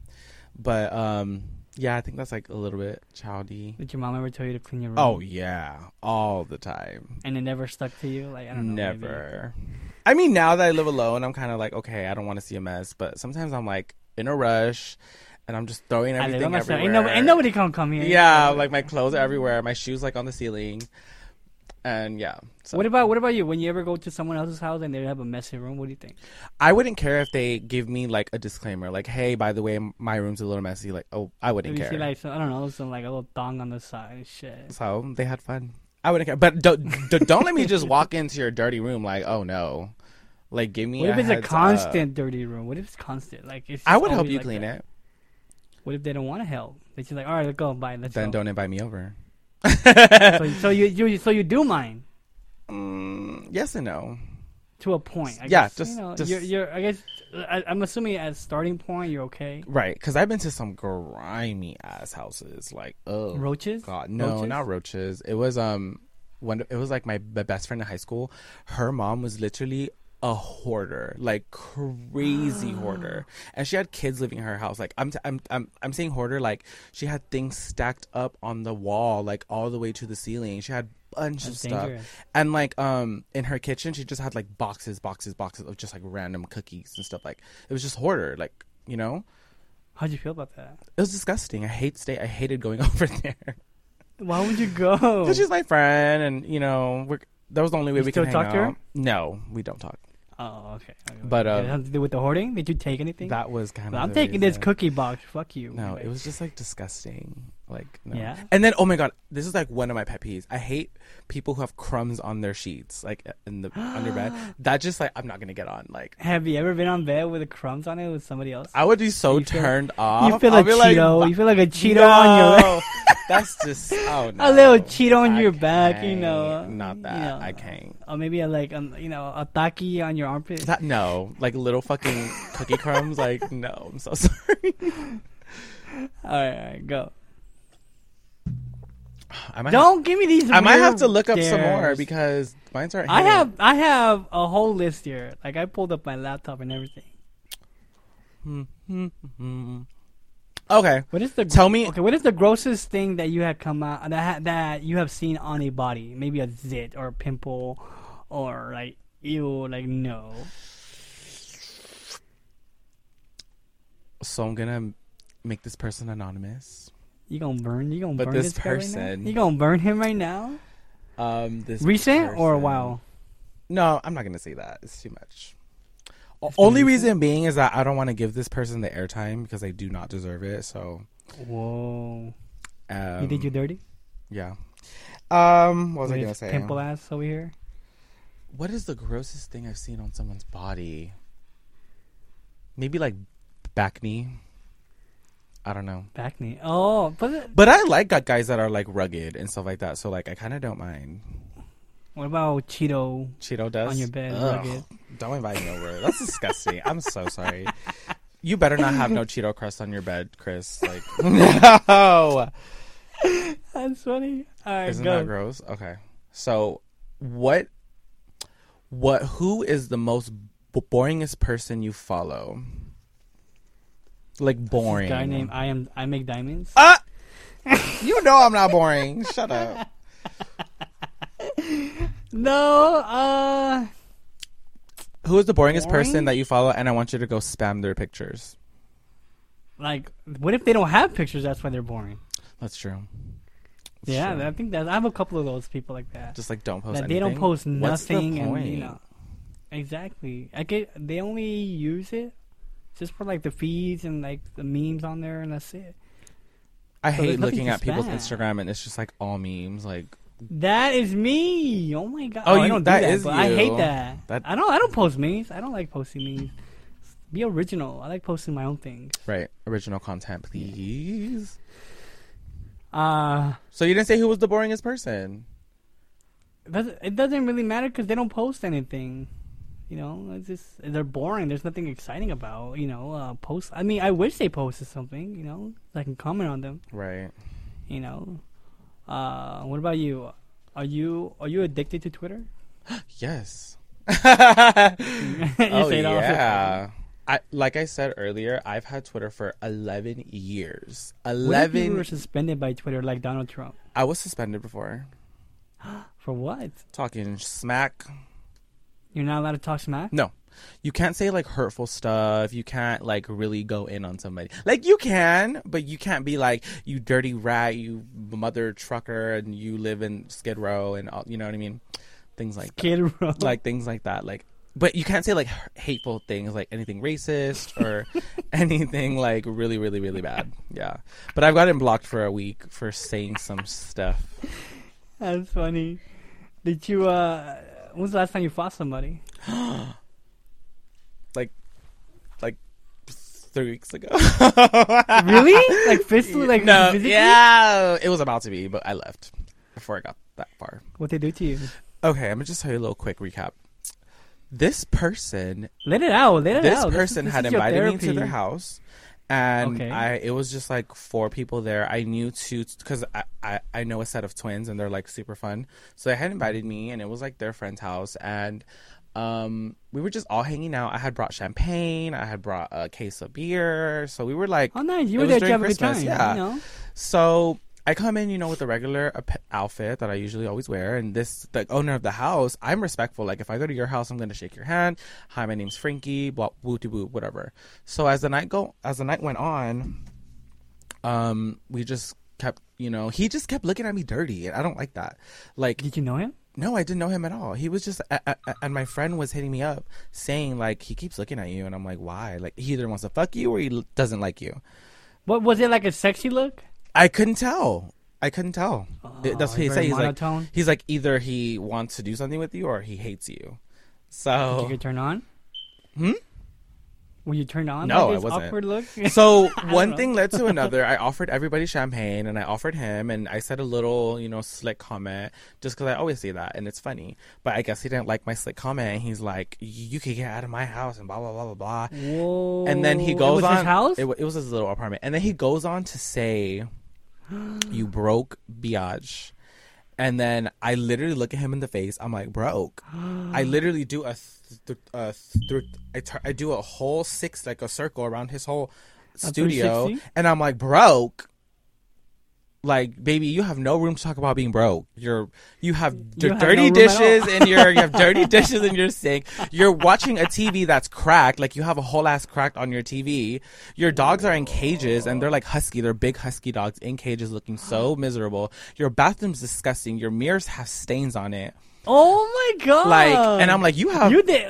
C: But um, yeah, I think that's like a little bit childy.
D: Did your mom ever tell you to clean your room?
C: Oh yeah, all the time.
D: And it never stuck to you? Like I don't know. maybe.
C: Never. I mean, now that I live alone, I'm kind of like, okay, I don't want to see a mess. But sometimes I'm like in a rush, and I'm just throwing
D: I
C: everything
D: live on myself.
C: everywhere.
D: Ain't, no, ain't nobody gonna come here.
C: Yeah, like my clothes are everywhere, my shoes like on the ceiling, and yeah. So
D: What about what about you? When you ever go to someone else's house and they have a messy room, what do you think?
C: I wouldn't care if they give me like a disclaimer, like, "Hey, by the way, m- my room's a little messy." Like, oh, I
D: If
C: wouldn't
D: you
C: care.
D: see like some, I don't know, some like a little thong on the side and shit.
C: so they had fun. I wouldn't care, but don't don't- don't let me just walk into your dirty room like, "Oh no," like give me.
D: What if it's a
C: heads up.
D: constant dirty room? What if it's constant? Like it's
C: uh, I
D: just
C: would help
D: always
C: you
D: like
C: clean
D: that?
C: it.
D: What if they don't want to help? They're just like, all right, let's go, bye, let's
C: Then
D: go.
C: don't invite me over.
D: So, so you, you so you do mind
C: Mm, yes and no.
D: to a point. I
C: Yeah,
D: guess,
C: just-
D: you know,
C: just-
D: you're, you're. I guess I, I'm assuming at starting point you're okay.
C: Right, because I've been to some grimy ass houses. Like, oh,
D: Roaches?
C: God, no,
D: Roaches?
C: not roaches. It was um, when it was like my b- best friend in high school. Her mom was literally a hoarder, like crazy hoarder, and she had kids living in her house. Like, I'm, t- I'm, I'm, I'm saying hoarder. Like, she had things stacked up on the wall, like all the way to the ceiling. She had bunch of
D: That's
C: stuff
D: dangerous.
C: and like um in her kitchen she just had like boxes boxes boxes of just like random cookies and stuff like it was just hoarder like you know
D: How'd you feel about that?
C: it was disgusting. I hate stay. I hated going over there
D: Why would you go?
C: because she's my friend, and you know, we're, that was the only way
D: You
C: we
D: still
C: could hang
D: talk to her?
C: out. No, we don't talk.
D: Oh, okay. okay.
C: But,
D: It
C: um,
D: has to do with the hoarding. Did you take anything?
C: That was kind of.
D: I'm
C: the
D: taking this
C: reason.
D: cookie box. Fuck you.
C: No, it was just like disgusting. Like no.
D: Yeah?
C: And then oh my god, this is like one of my pet peeves. I hate people who have crumbs on their sheets, like in the under bed. That just like I'm not gonna get on. Like
D: Have you ever been on bed with the crumbs on it with somebody else?
C: I would be so
D: You feel-
C: turned off.
D: you feel
C: I'll
D: a
C: be
D: Cheeto.
C: Like,
D: you feel like a Cheeto on your.
C: No. That's just oh no.
D: A little Cheeto on
C: I
D: your back, you
C: can't.
D: know.
C: Not
D: You
C: that
D: know.
C: I can't.
D: Or maybe a, like um, you know a taki on your armpit.
C: That no, like little fucking cookie crumbs. Like no, I'm so sorry.
D: all, right, all right, go.
C: I might
D: Don't give me these.
C: Have, I might have
D: weird
C: to look up some more
D: dares.
C: because mine's aren't.
D: I
C: here.
D: have I have a whole list here. Like I pulled up my laptop and everything.
C: Okay.
D: What is the
C: Tell me-
D: Okay, what is the grossest thing that you had come out that ha- that you have seen on a body? Maybe a zit or a pimple, or like ew, like no.
C: So I'm gonna make this person anonymous.
D: You gonna burn? You gonna
C: But
D: burn
C: this
D: guy right now?
C: person-
D: you gonna burn him right now?
C: Um, this
D: Recent or a
C: person-
D: while?
C: No, I'm not gonna say that. It's too much. O- Only reason being is that I don't want to give this person the airtime because they do not deserve it. So,
D: Whoa!
C: um,
D: he did you dirty?
C: Yeah. Um, what was I
D: With
C: gonna say?
D: Pimple ass over here.
C: What is the grossest thing I've seen on someone's body? Maybe like back knee. I don't know.
D: Back knee. Oh, but it-
C: But I like got guys that are like rugged and stuff like that. So like I kind of don't mind.
D: what about Cheeto?
C: Cheeto dust
D: On your bed,
C: Ugh.
D: rugged.
C: Don't invite me over. That's disgusting. I'm so sorry. You better not have no Cheeto crust on your bed, Chris. Like no.
D: That's funny. All right,
C: Isn't
D: go.
C: that gross? Okay. So, what, what, who is the most b- boringest person you follow? Like boring.
D: Guy named I am I make diamonds.
C: You know I'm not boring. Shut up.
D: no, uh,
C: Who is the boringest
D: Boring?
C: person that you follow? And I want you to go spam their pictures.
D: like what if they don't have pictures? That's why they're boring.
C: That's true. That's
D: Yeah,
C: true.
D: I think that I have a couple of those people like that.
C: just like don't post.
D: that
C: anything.
D: they don't post
C: What's the
D: nothing, and
C: point?
D: you know, exactly. I get they only use it just for like the feeds and like the memes on there, and that's it.
C: I
D: So there's
C: hate
D: nothing
C: looking
D: to
C: at people's
D: spam.
C: Instagram and it's just like all memes. Like
D: That is me. Oh my god.
C: Oh,
D: I
C: you-
D: don't
C: that
D: do that.
C: is
D: but I hate
C: you.
D: that.
C: That-
D: I don't. I don't post memes. I don't like posting memes. Be original. I like posting my own things.
C: right, original content, please.
D: Uh,
C: So you didn't say who was the boringest person.
D: it doesn't- it doesn't really matter because they don't post anything. You know, it's just they're boring. There's nothing exciting about. You know, uh, post. I mean, I wish they posted something. You know, so I can comment on them.
C: Right.
D: You know, uh, what about you? Are you are you addicted to Twitter?
C: Yes.
D: You
C: oh
D: say that all the time.
C: yeah. I like I said earlier, I've had Twitter for eleven years.
D: What if you
C: Eleven.
D: were suspended by Twitter like Donald Trump?
C: I was suspended before
D: For what?
C: talking smack.
D: You're not allowed to talk smack.
C: No. You can't say like hurtful stuff. You can't like really go in on somebody. Like you can, but you can't be like you dirty rat, you mother trucker, and you live in Skid Row, and all, you know what I mean. Things like
D: Kid Rock.
C: like things like that. Like, but you can't say like h- hateful things, like anything racist or anything like really, really, really bad. Yeah. But I've gotten blocked for a week for saying some stuff.
D: That's funny. Did you? uh When's the last time you fought somebody?
C: Like, like three weeks ago.
D: really? Like physically? Like
C: no,
D: physically?
C: yeah, it was about to be, but I left before I got that far.
D: What they do to you?
C: Okay, I'm gonna just tell you a little quick recap. This person,
D: Let it out. Let it
C: this
D: out. is-
C: person
D: this
C: had
D: is your
C: invited me to
D: therapy.
C: their house, and
D: Okay.
C: I it was just like four people there. I knew two because I, I I know a set of twins and they're like super fun, so they had invited me, and it was like their friend's house, and um we were just all hanging out. I had brought champagne, I had brought a case of beer, so we were like,
D: Oh, nice. You
C: it
D: were
C: was
D: there to
C: during
D: have a good
C: Christmas,
D: time.
C: yeah.
D: You know?
C: So I come in, you know, with a regular ap- outfit that I usually always wear, and this the owner of the house. I'm respectful. Like if I go to your house, I'm going to shake your hand. Hi, my name's Frankie. Blah, woo to woo, whatever. So as the night go, as the night went on, um, we just kept, you know, he just kept looking at me dirty, and I don't like that. Like
D: Did you know him?
C: no, I didn't know him at all. He was just, a a- a- and my friend was hitting me up saying like he keeps looking at you, and I'm like, why? Like he either wants to fuck you or he l- doesn't like you.
D: What was it like a sexy look?
C: I couldn't tell. I couldn't tell.
D: Oh,
C: Th- That's what he
D: he's
C: said.
D: very
C: He's
D: monotone.
C: like, he's like, either he wants to do something with you or he hates you.
D: Did you
C: So,
D: get turned on? Hmm. Were you turned on?
C: No,
D: by
C: I
D: this
C: wasn't.
D: Awkward look.
C: so
D: know.
C: one thing led to another. I offered everybody champagne and I offered him and I said a little, you know, slick comment just because I always say that and it's funny. But I guess he didn't like my slick comment. And he's like, you could get out of my house and blah, blah, blah, blah, blah.
D: Whoa.
C: and then he
D: It
C: goes
D: was
C: on
D: His house.
C: It, wa- it was his little apartment and then he goes on to say you broke biatch and then i literally look at him in the face i'm like broke i literally do a th- th- a th- I, tur- I do a whole six like a circle around his whole studio
D: 360?
C: and i'm like broke like baby you have no room to talk about being broke you're you have d-
D: You have
C: dirty
D: no room at all.
C: dishes in your you have dirty dishes in your sink you're watching a tv that's cracked like you have a whole ass cracked on your tv your dogs are in cages and they're like husky they're big husky dogs in cages looking so miserable your bathroom's disgusting your mirrors have stains on it
D: oh my god.
C: like and i'm like you have
D: you
C: you,
D: did.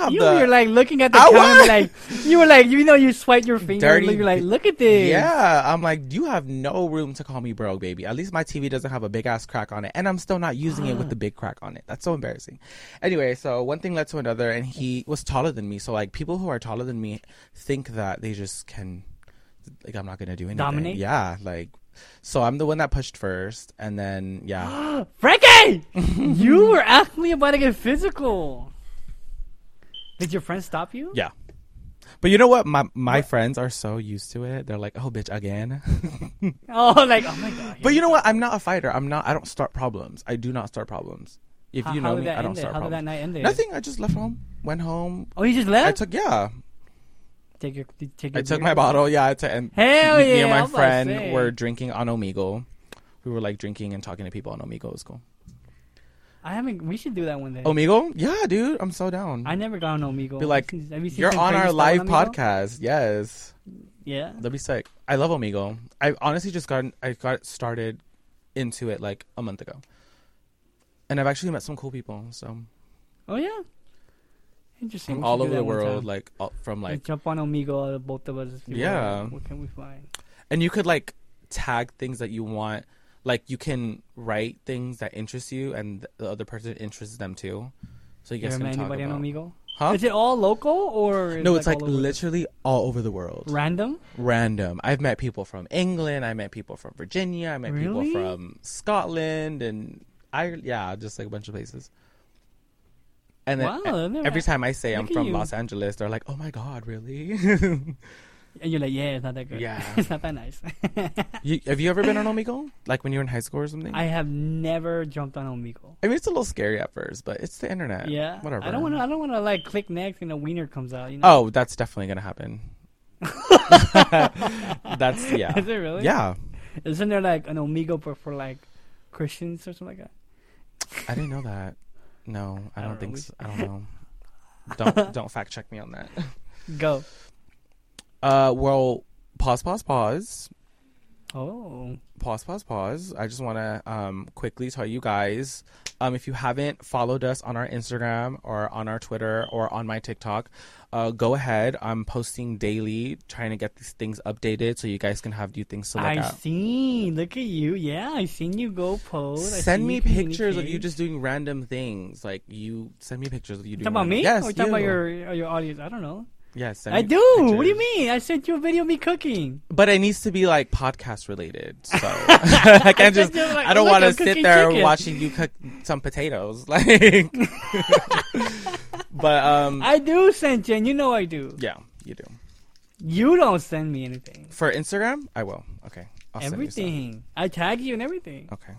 C: have
D: You
C: the
D: were like looking at the
C: I
D: camera,
C: was.
D: like you were like you know you swipe your finger,
C: Dirty
D: and you're like
C: bi-
D: look at this.
C: Yeah, I'm like, you have no room to call me broke, baby. At least my TV doesn't have a big ass crack on it, and I'm still not using it with the big crack on it. That's so embarrassing. Anyway, so one thing led to another, and he was taller than me. So like, people who are taller than me think that they just can, like, I'm not gonna do anything.
D: Dominate?
C: Yeah, like, so I'm the one that pushed first, and then yeah,
D: Frankie, you were actually about to get physical. Did your friend stop you?
C: yeah. But you know what? My my friends are so used to it. They're like, "Oh, bitch, again."
D: Oh, like oh my god.
C: but you know what? I'm not a fighter. I'm not. I don't start problems. I do not start problems. If
D: How-
C: you
D: how
C: know
D: did
C: me,
D: that
C: I don't
D: end it?
C: start
D: How did
C: problems.
D: that night end it?
C: Nothing. I just left home. Went home.
D: oh, you just left.
C: I took yeah.
D: take your did you take. Your
C: I took
D: beer?
C: my bottle. Yeah, I took and
D: Hell
C: me,
D: yeah!
C: me and
D: I'm
C: my
D: about to say.
C: friend were drinking on Omegle. We were like drinking and talking to people on Omegle. It was cool.
D: I haven't. We should do that one day.
C: Omegle? Yeah, dude. I'm so down.
D: I never got on Omegle.
C: Oh. Be like,
D: Have you seen- have you seen
C: You're
D: some
C: on
D: crazy
C: our
D: stuff
C: live
D: on Omegle?
C: podcast. Yes.
D: Yeah.
C: That'd be sick. I love Omegle. I honestly just got I got started into it like a month ago. And I've actually met some cool people. So
D: Oh yeah. Interesting.
C: from
D: We should
C: all
D: do
C: over
D: that
C: the
D: one
C: world,
D: time.
C: like all, from
D: Like,
C: like,
D: jump on Omegle, uh, both of us. and see what-
C: Yeah.
D: What can we find?
C: and you could like tag things that you want. Like you can write things that interest you, and the other person interests them too. So you
D: You
C: guys
D: ever
C: can
D: met
C: talk
D: anybody
C: about.
D: on Omegle?
C: Huh?
D: Is it all local or is
C: No,
D: it,
C: it's like,
D: all over the-
C: literally all over the world.
D: random?
C: Random. I've met people from England. I met people from Virginia. I met
D: Really?
C: people from Scotland and I. Yeah, just like a bunch of places. And then
D: Wow,
C: e-
D: I've never-
C: every time I say I'm
D: look at
C: from
D: you.
C: Los Angeles, they're like, "Oh my God, really?"
D: And you're like, yeah, it's not that good.
C: Yeah.
D: it's not that nice.
C: you, have you ever been on Omegle? Like when you were in high school or something?
D: I have never jumped on Omegle.
C: I mean, it's a little scary at first, but it's the internet.
D: Yeah,
C: whatever.
D: I don't want to. I don't want to like click next and a wiener comes out. You know?
C: Oh, that's definitely gonna happen. that's yeah.
D: Is it really?
C: Oh. Yeah,
D: Isn't there like an Omegle but for like Christians or something like that?
C: I didn't know that. No, I,
D: I
C: don't,
D: don't
C: think
D: know.
C: so. I don't know. don't don't fact check me on that.
D: Go.
C: Uh, well, pause, pause, pause,
D: Oh,
C: pause, pause, pause. I just want to um quickly tell you guys, um, if you haven't followed us on our Instagram or on our Twitter or on my TikTok, uh, go ahead. I'm posting daily, trying to get these things updated so you guys can have new things to look
D: I
C: at.
D: seen. Look at you. Yeah, I seen you go post. I
C: Send
D: seen
C: me
D: you
C: pictures of you
D: communicate.
C: just doing random things. Like you send me pictures of you doing.
D: Talking about
C: random-
D: me?
C: Yes,
D: or talking
C: you.
D: about your your audience? I don't know.
C: Yes, send
D: I
C: me
D: do. What do you
C: pictures.
D: mean? I sent you a video of me cooking.
C: But it needs to be like podcast related. So I can't just.
D: you're like,
C: I don't
D: "Look,
C: want
D: I'm
C: to sit
D: cooking
C: there
D: chicken."
C: watching you cook some potatoes. Like, but um,
D: I do send you, and you know I do.
C: yeah, you do
D: You don't send me anything.
C: for Instagram. I will. Okay, I'll send you some.
D: everything. I tag you and everything.
C: Okay.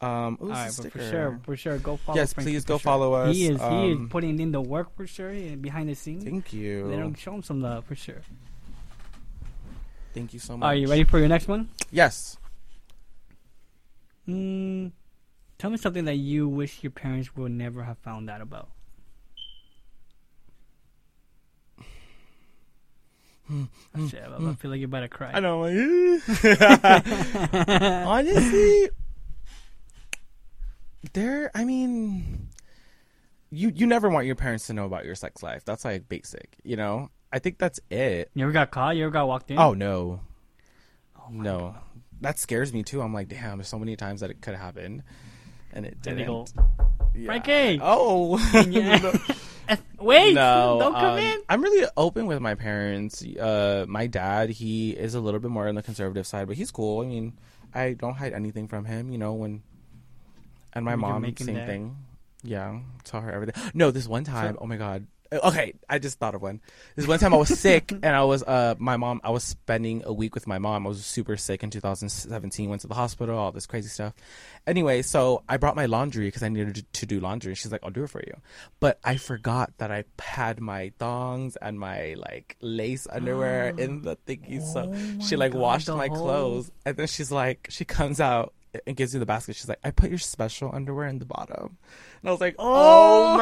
C: Um, ooh,
D: All
C: it's a
D: right, but for
C: sticker.
D: sure, for sure, go follow.
C: Yes,
D: Frankie
C: please
D: for
C: go
D: sure.
C: follow us,
D: He is he is
C: um,
D: putting in the work for sure and behind the scenes.
C: Thank you.
D: They don't show him some love for sure.
C: Thank you so much.
D: Are you ready for your next one?
C: Yes.
D: Mm, tell me something that you wish your parents would never have found out about. Shit, I I feel like you're about to cry.
C: Hmm. I know. like, Honestly, there. I mean, you you never want your parents to know about your sex life. That's like basic, you know. I think that's it.
D: You ever got caught? You ever got walked in?
C: Oh no,
D: Oh
C: no, that scares me too. I'm like, damn, there's so many times that it could happen, and it
D: And
C: didn't.
D: they go,
C: Yeah.
D: Frankie!
C: Oh
D: Wait!
C: no,
D: don't come
C: um,
D: in!
C: I'm really open with my parents. Uh, my dad, he is a little bit more on the conservative side, but he's cool. I mean, I don't hide anything from him. You know when, and my
D: You're
C: mom,
D: making
C: same
D: that-
C: thing. Yeah, tell her everything. No, this one time. oh my god. Okay, I just thought of one. This one time I was sick and I was uh my mom I was spending a week with my mom. I was super sick in 2017. Went to the hospital, all this crazy stuff. Anyway, so I brought my laundry because I needed to- to do laundry. She's like, "I'll do it for you," but I forgot that I had my thongs and my like lace underwear in the thingy. so she like
D: Oh God,
C: washed
D: the
C: my
D: whole-
C: clothes and then she's like, she comes out and gives me the basket. She's like, I put your special underwear in the bottom. And I was like, oh,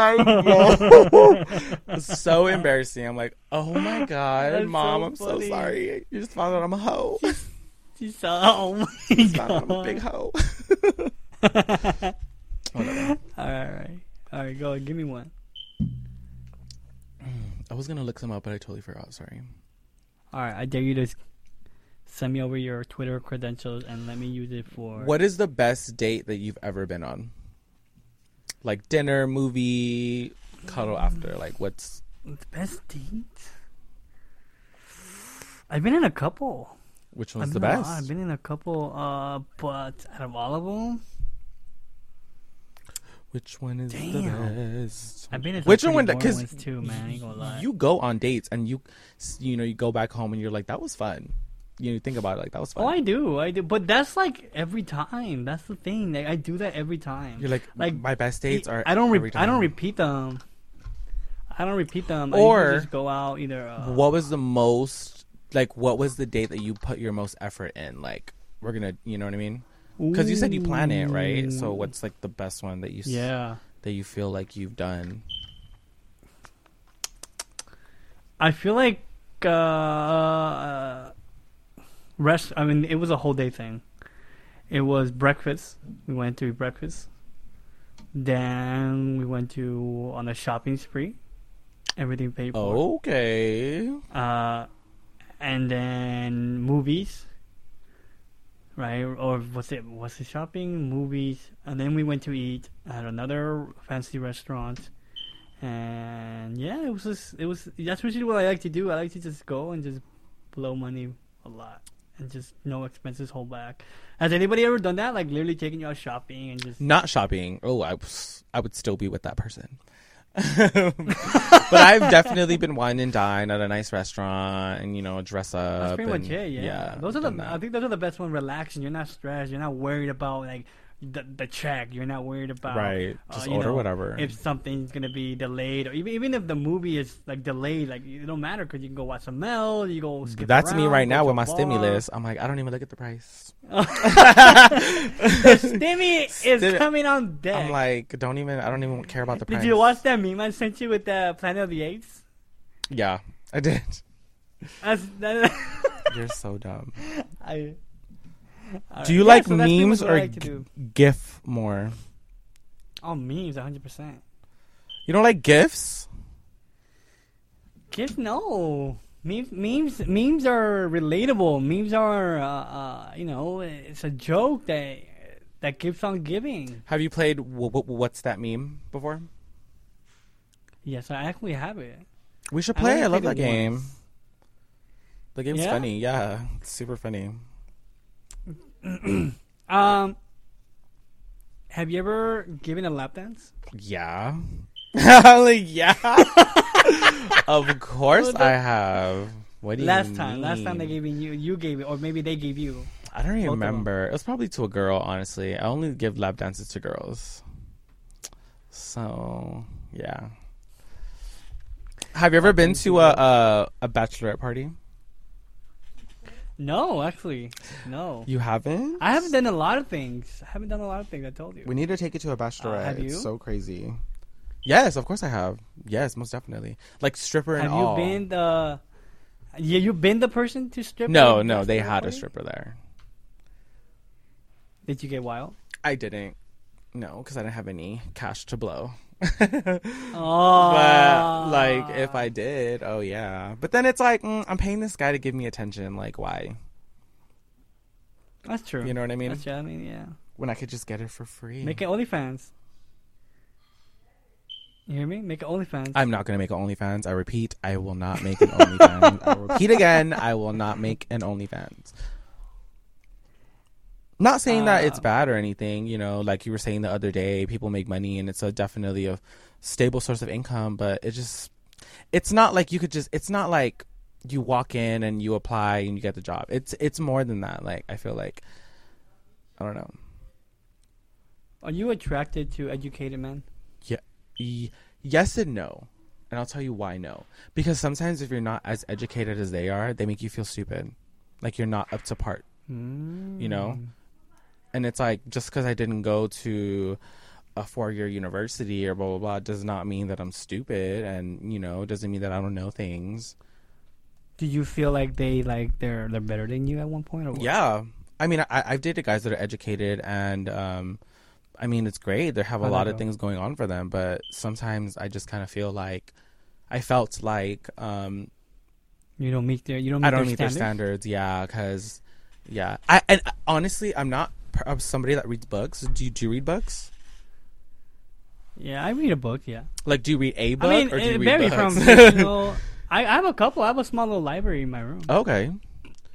C: my God. so embarrassing. I'm like, oh my God,
D: That's
C: mom,
D: so
C: I'm so
D: funny.
C: sorry. You just found out I'm a hoe.
D: She saw, oh my
C: found out I'm a big
D: god.
C: hoe.
D: Alright, alright. Alright, go, give me one.
C: I was going to look them up, but I totally forgot. Sorry.
D: Alright, I dare you to s- send me over your Twitter credentials and let me use it for.
C: What is the best date that you've ever been on? Like dinner, movie, cuddle after. Like, what's.
D: The best date? I've been in a couple.
C: Which one's
D: I'm
C: the
D: not-
C: best?
D: I've been in a couple, uh, but out of all of them,
C: Which one is
D: Damn.
C: the best?
D: I've been in some
C: Which
D: pretty
C: one?
D: boring
C: Because
D: ones too, man. I ain't gonna lie.
C: you go on dates and you, you know, you go back home and you're like, that was fun. You know, think about it, like that was fun.
D: Oh, I do, I do, but that's like every time. That's the thing. Like, I do that every time.
C: You're like,
D: like
C: my best dates are.
D: I don't.
C: every
D: Re- I don't
C: time."
D: repeat them. I don't repeat them. I
C: Or-
D: usually just go out either. Uh,
C: What was the most like? What was the date that you put your most effort in? Like, we're gonna, you know what I mean? Because you said you plan it, right? So what's like the best one that you? s-
D: yeah,
C: That you feel like you've done.
D: I feel like uh, rest. I mean, it was a whole day thing. It was breakfast. We went to breakfast. Then we went to on a shopping spree. Everything paid for.
C: Oh. Okay.
D: uh, and then movies, right? Or was it was it shopping, movies, and then we went to eat at another fancy restaurant, and yeah, it was just it was that's usually what I like to do. I like to just go and just blow money a lot and just no expenses hold back. Has anybody ever done that? Like literally taking you out shopping and just
C: Not shopping. Oh, I was- I would still be with that person. but I've definitely been wine and dine at a nice restaurant and you know dress up.
D: That's pretty
C: and,
D: much it. Yeah, those are
C: I've
D: the.
C: done that.
D: I think those are the best ones. Relaxing. You're not stressed. You're not worried about like the the check. You're not worried about
C: Right.
D: uh,
C: Just
D: you
C: order
D: know,
C: whatever.
D: If something's gonna be delayed, or even even if the movie is like delayed, like it don't matter because you can go watch some else. You go. Skip
C: That's me
D: around,
C: right
D: go
C: now
D: to
C: with
D: a
C: my
D: bar.
C: stimulus. I'm like, I don't even look at the price.
D: The stimmy is
C: Stimmy-
D: coming on deck.
C: I'm like, don't even. I don't even care about the
D: Did
C: price.
D: you watch that meme I sent you with the Planet of the Apes?
C: Yeah, I did.
D: That's, that,
C: You're so dumb.
D: I, Alright.
C: Do you
D: Uh, Yeah,
C: like
D: so that's pretty
C: memes
D: much what I
C: or
D: like to
C: g-
D: do.
C: GIF more?
D: Oh, memes, 100%.
C: You don't like GIFs?
D: Kids, no. Memes, memes, memes are relatable. Memes are, uh, uh, you know, it's a joke that that keeps on giving.
C: Have you played w- w- What's That Meme before?
D: Yes, I actually have it.
C: We should
D: I
C: play.
D: only
C: I, love
D: played
C: that
D: it
C: game.
D: once.
C: The game's
D: Yeah?
C: funny. Yeah, it's super funny.
D: Um, have you ever given a lap dance?
C: Yeah. I'm like, yeah. of course I have. What do
D: Last
C: you
D: time, last time they
C: mean?
D: gave you, you gave it, or maybe they gave you.
C: I don't even
D: Both of 'em.
C: remember. It was probably to a girl, honestly. I only give lap dances to girls. So yeah. Have you ever been to a, a a bachelorette party?
D: No, actually, no.
C: You haven't.
D: I haven't done a lot of things. I haven't done a lot of things. I told you.
C: We need to take it to a bachelorette.
D: Uh, have you?
C: It's so crazy. Yes, of course I have. Yes, most definitely. Like stripper and
D: Have you
C: all.
D: been the? Yeah, you been the person to strip? at
C: no,
D: a
C: no, they
D: bachelor
C: had a
D: party?
C: stripper there.
D: Did you get wild?
C: I didn't. No, because I didn't have any cash to blow.
D: Oh,
C: But like,
D: Ah,
C: if I did, oh yeah. But then it's like, mm, I'm paying this guy to give me attention. Like, why?
D: that's true.
C: You know what I mean?
D: That's true. I mean, yeah.
C: When I could just get it for free.
D: Make it OnlyFans. You hear me? Make it OnlyFans.
C: I'm not gonna make an OnlyFans. I repeat, I will not make an OnlyFans. I repeat again, I will not make an OnlyFans. Not saying that it's bad or anything, you know, like you were saying the other day, people make money and it's a definitely a stable source of income, but it just it's not like you could just it's not like you walk in and you apply and you get the job. It's it's more than that. Like I feel like I don't know.
D: Are you attracted to educated men?
C: Yeah. Y- yes and no. And I'll tell you why no. Because sometimes if you're not as educated as they are, they make you feel stupid. Like you're not up to part. You know? And it's like just because I didn't go to a four year university or blah blah blah does not mean that I'm stupid and you know, doesn't mean that I don't know things.
D: Do you feel like they like they're they're better than you at one point? Or what?
C: Yeah. I mean, I, I've dated guys that are educated, and um, I mean, it's great. They have a
D: How'd
C: lot
D: that
C: of
D: go?
C: things going on for them, but sometimes I just kind of feel like I felt like um,
D: you don't meet their you don't meet,
C: I don't meet
D: their,
C: their standards. Yeah, because yeah, I and uh, honestly, I'm not per- I'm somebody that reads books. Do you, do you read books?
D: Yeah, I read a book. Yeah,
C: Like, do you read a book
D: I mean
C: or do you
D: it
C: read
D: varies from
C: books?
D: fictional. I, I have a couple. I have a small little library in my room.
C: okay.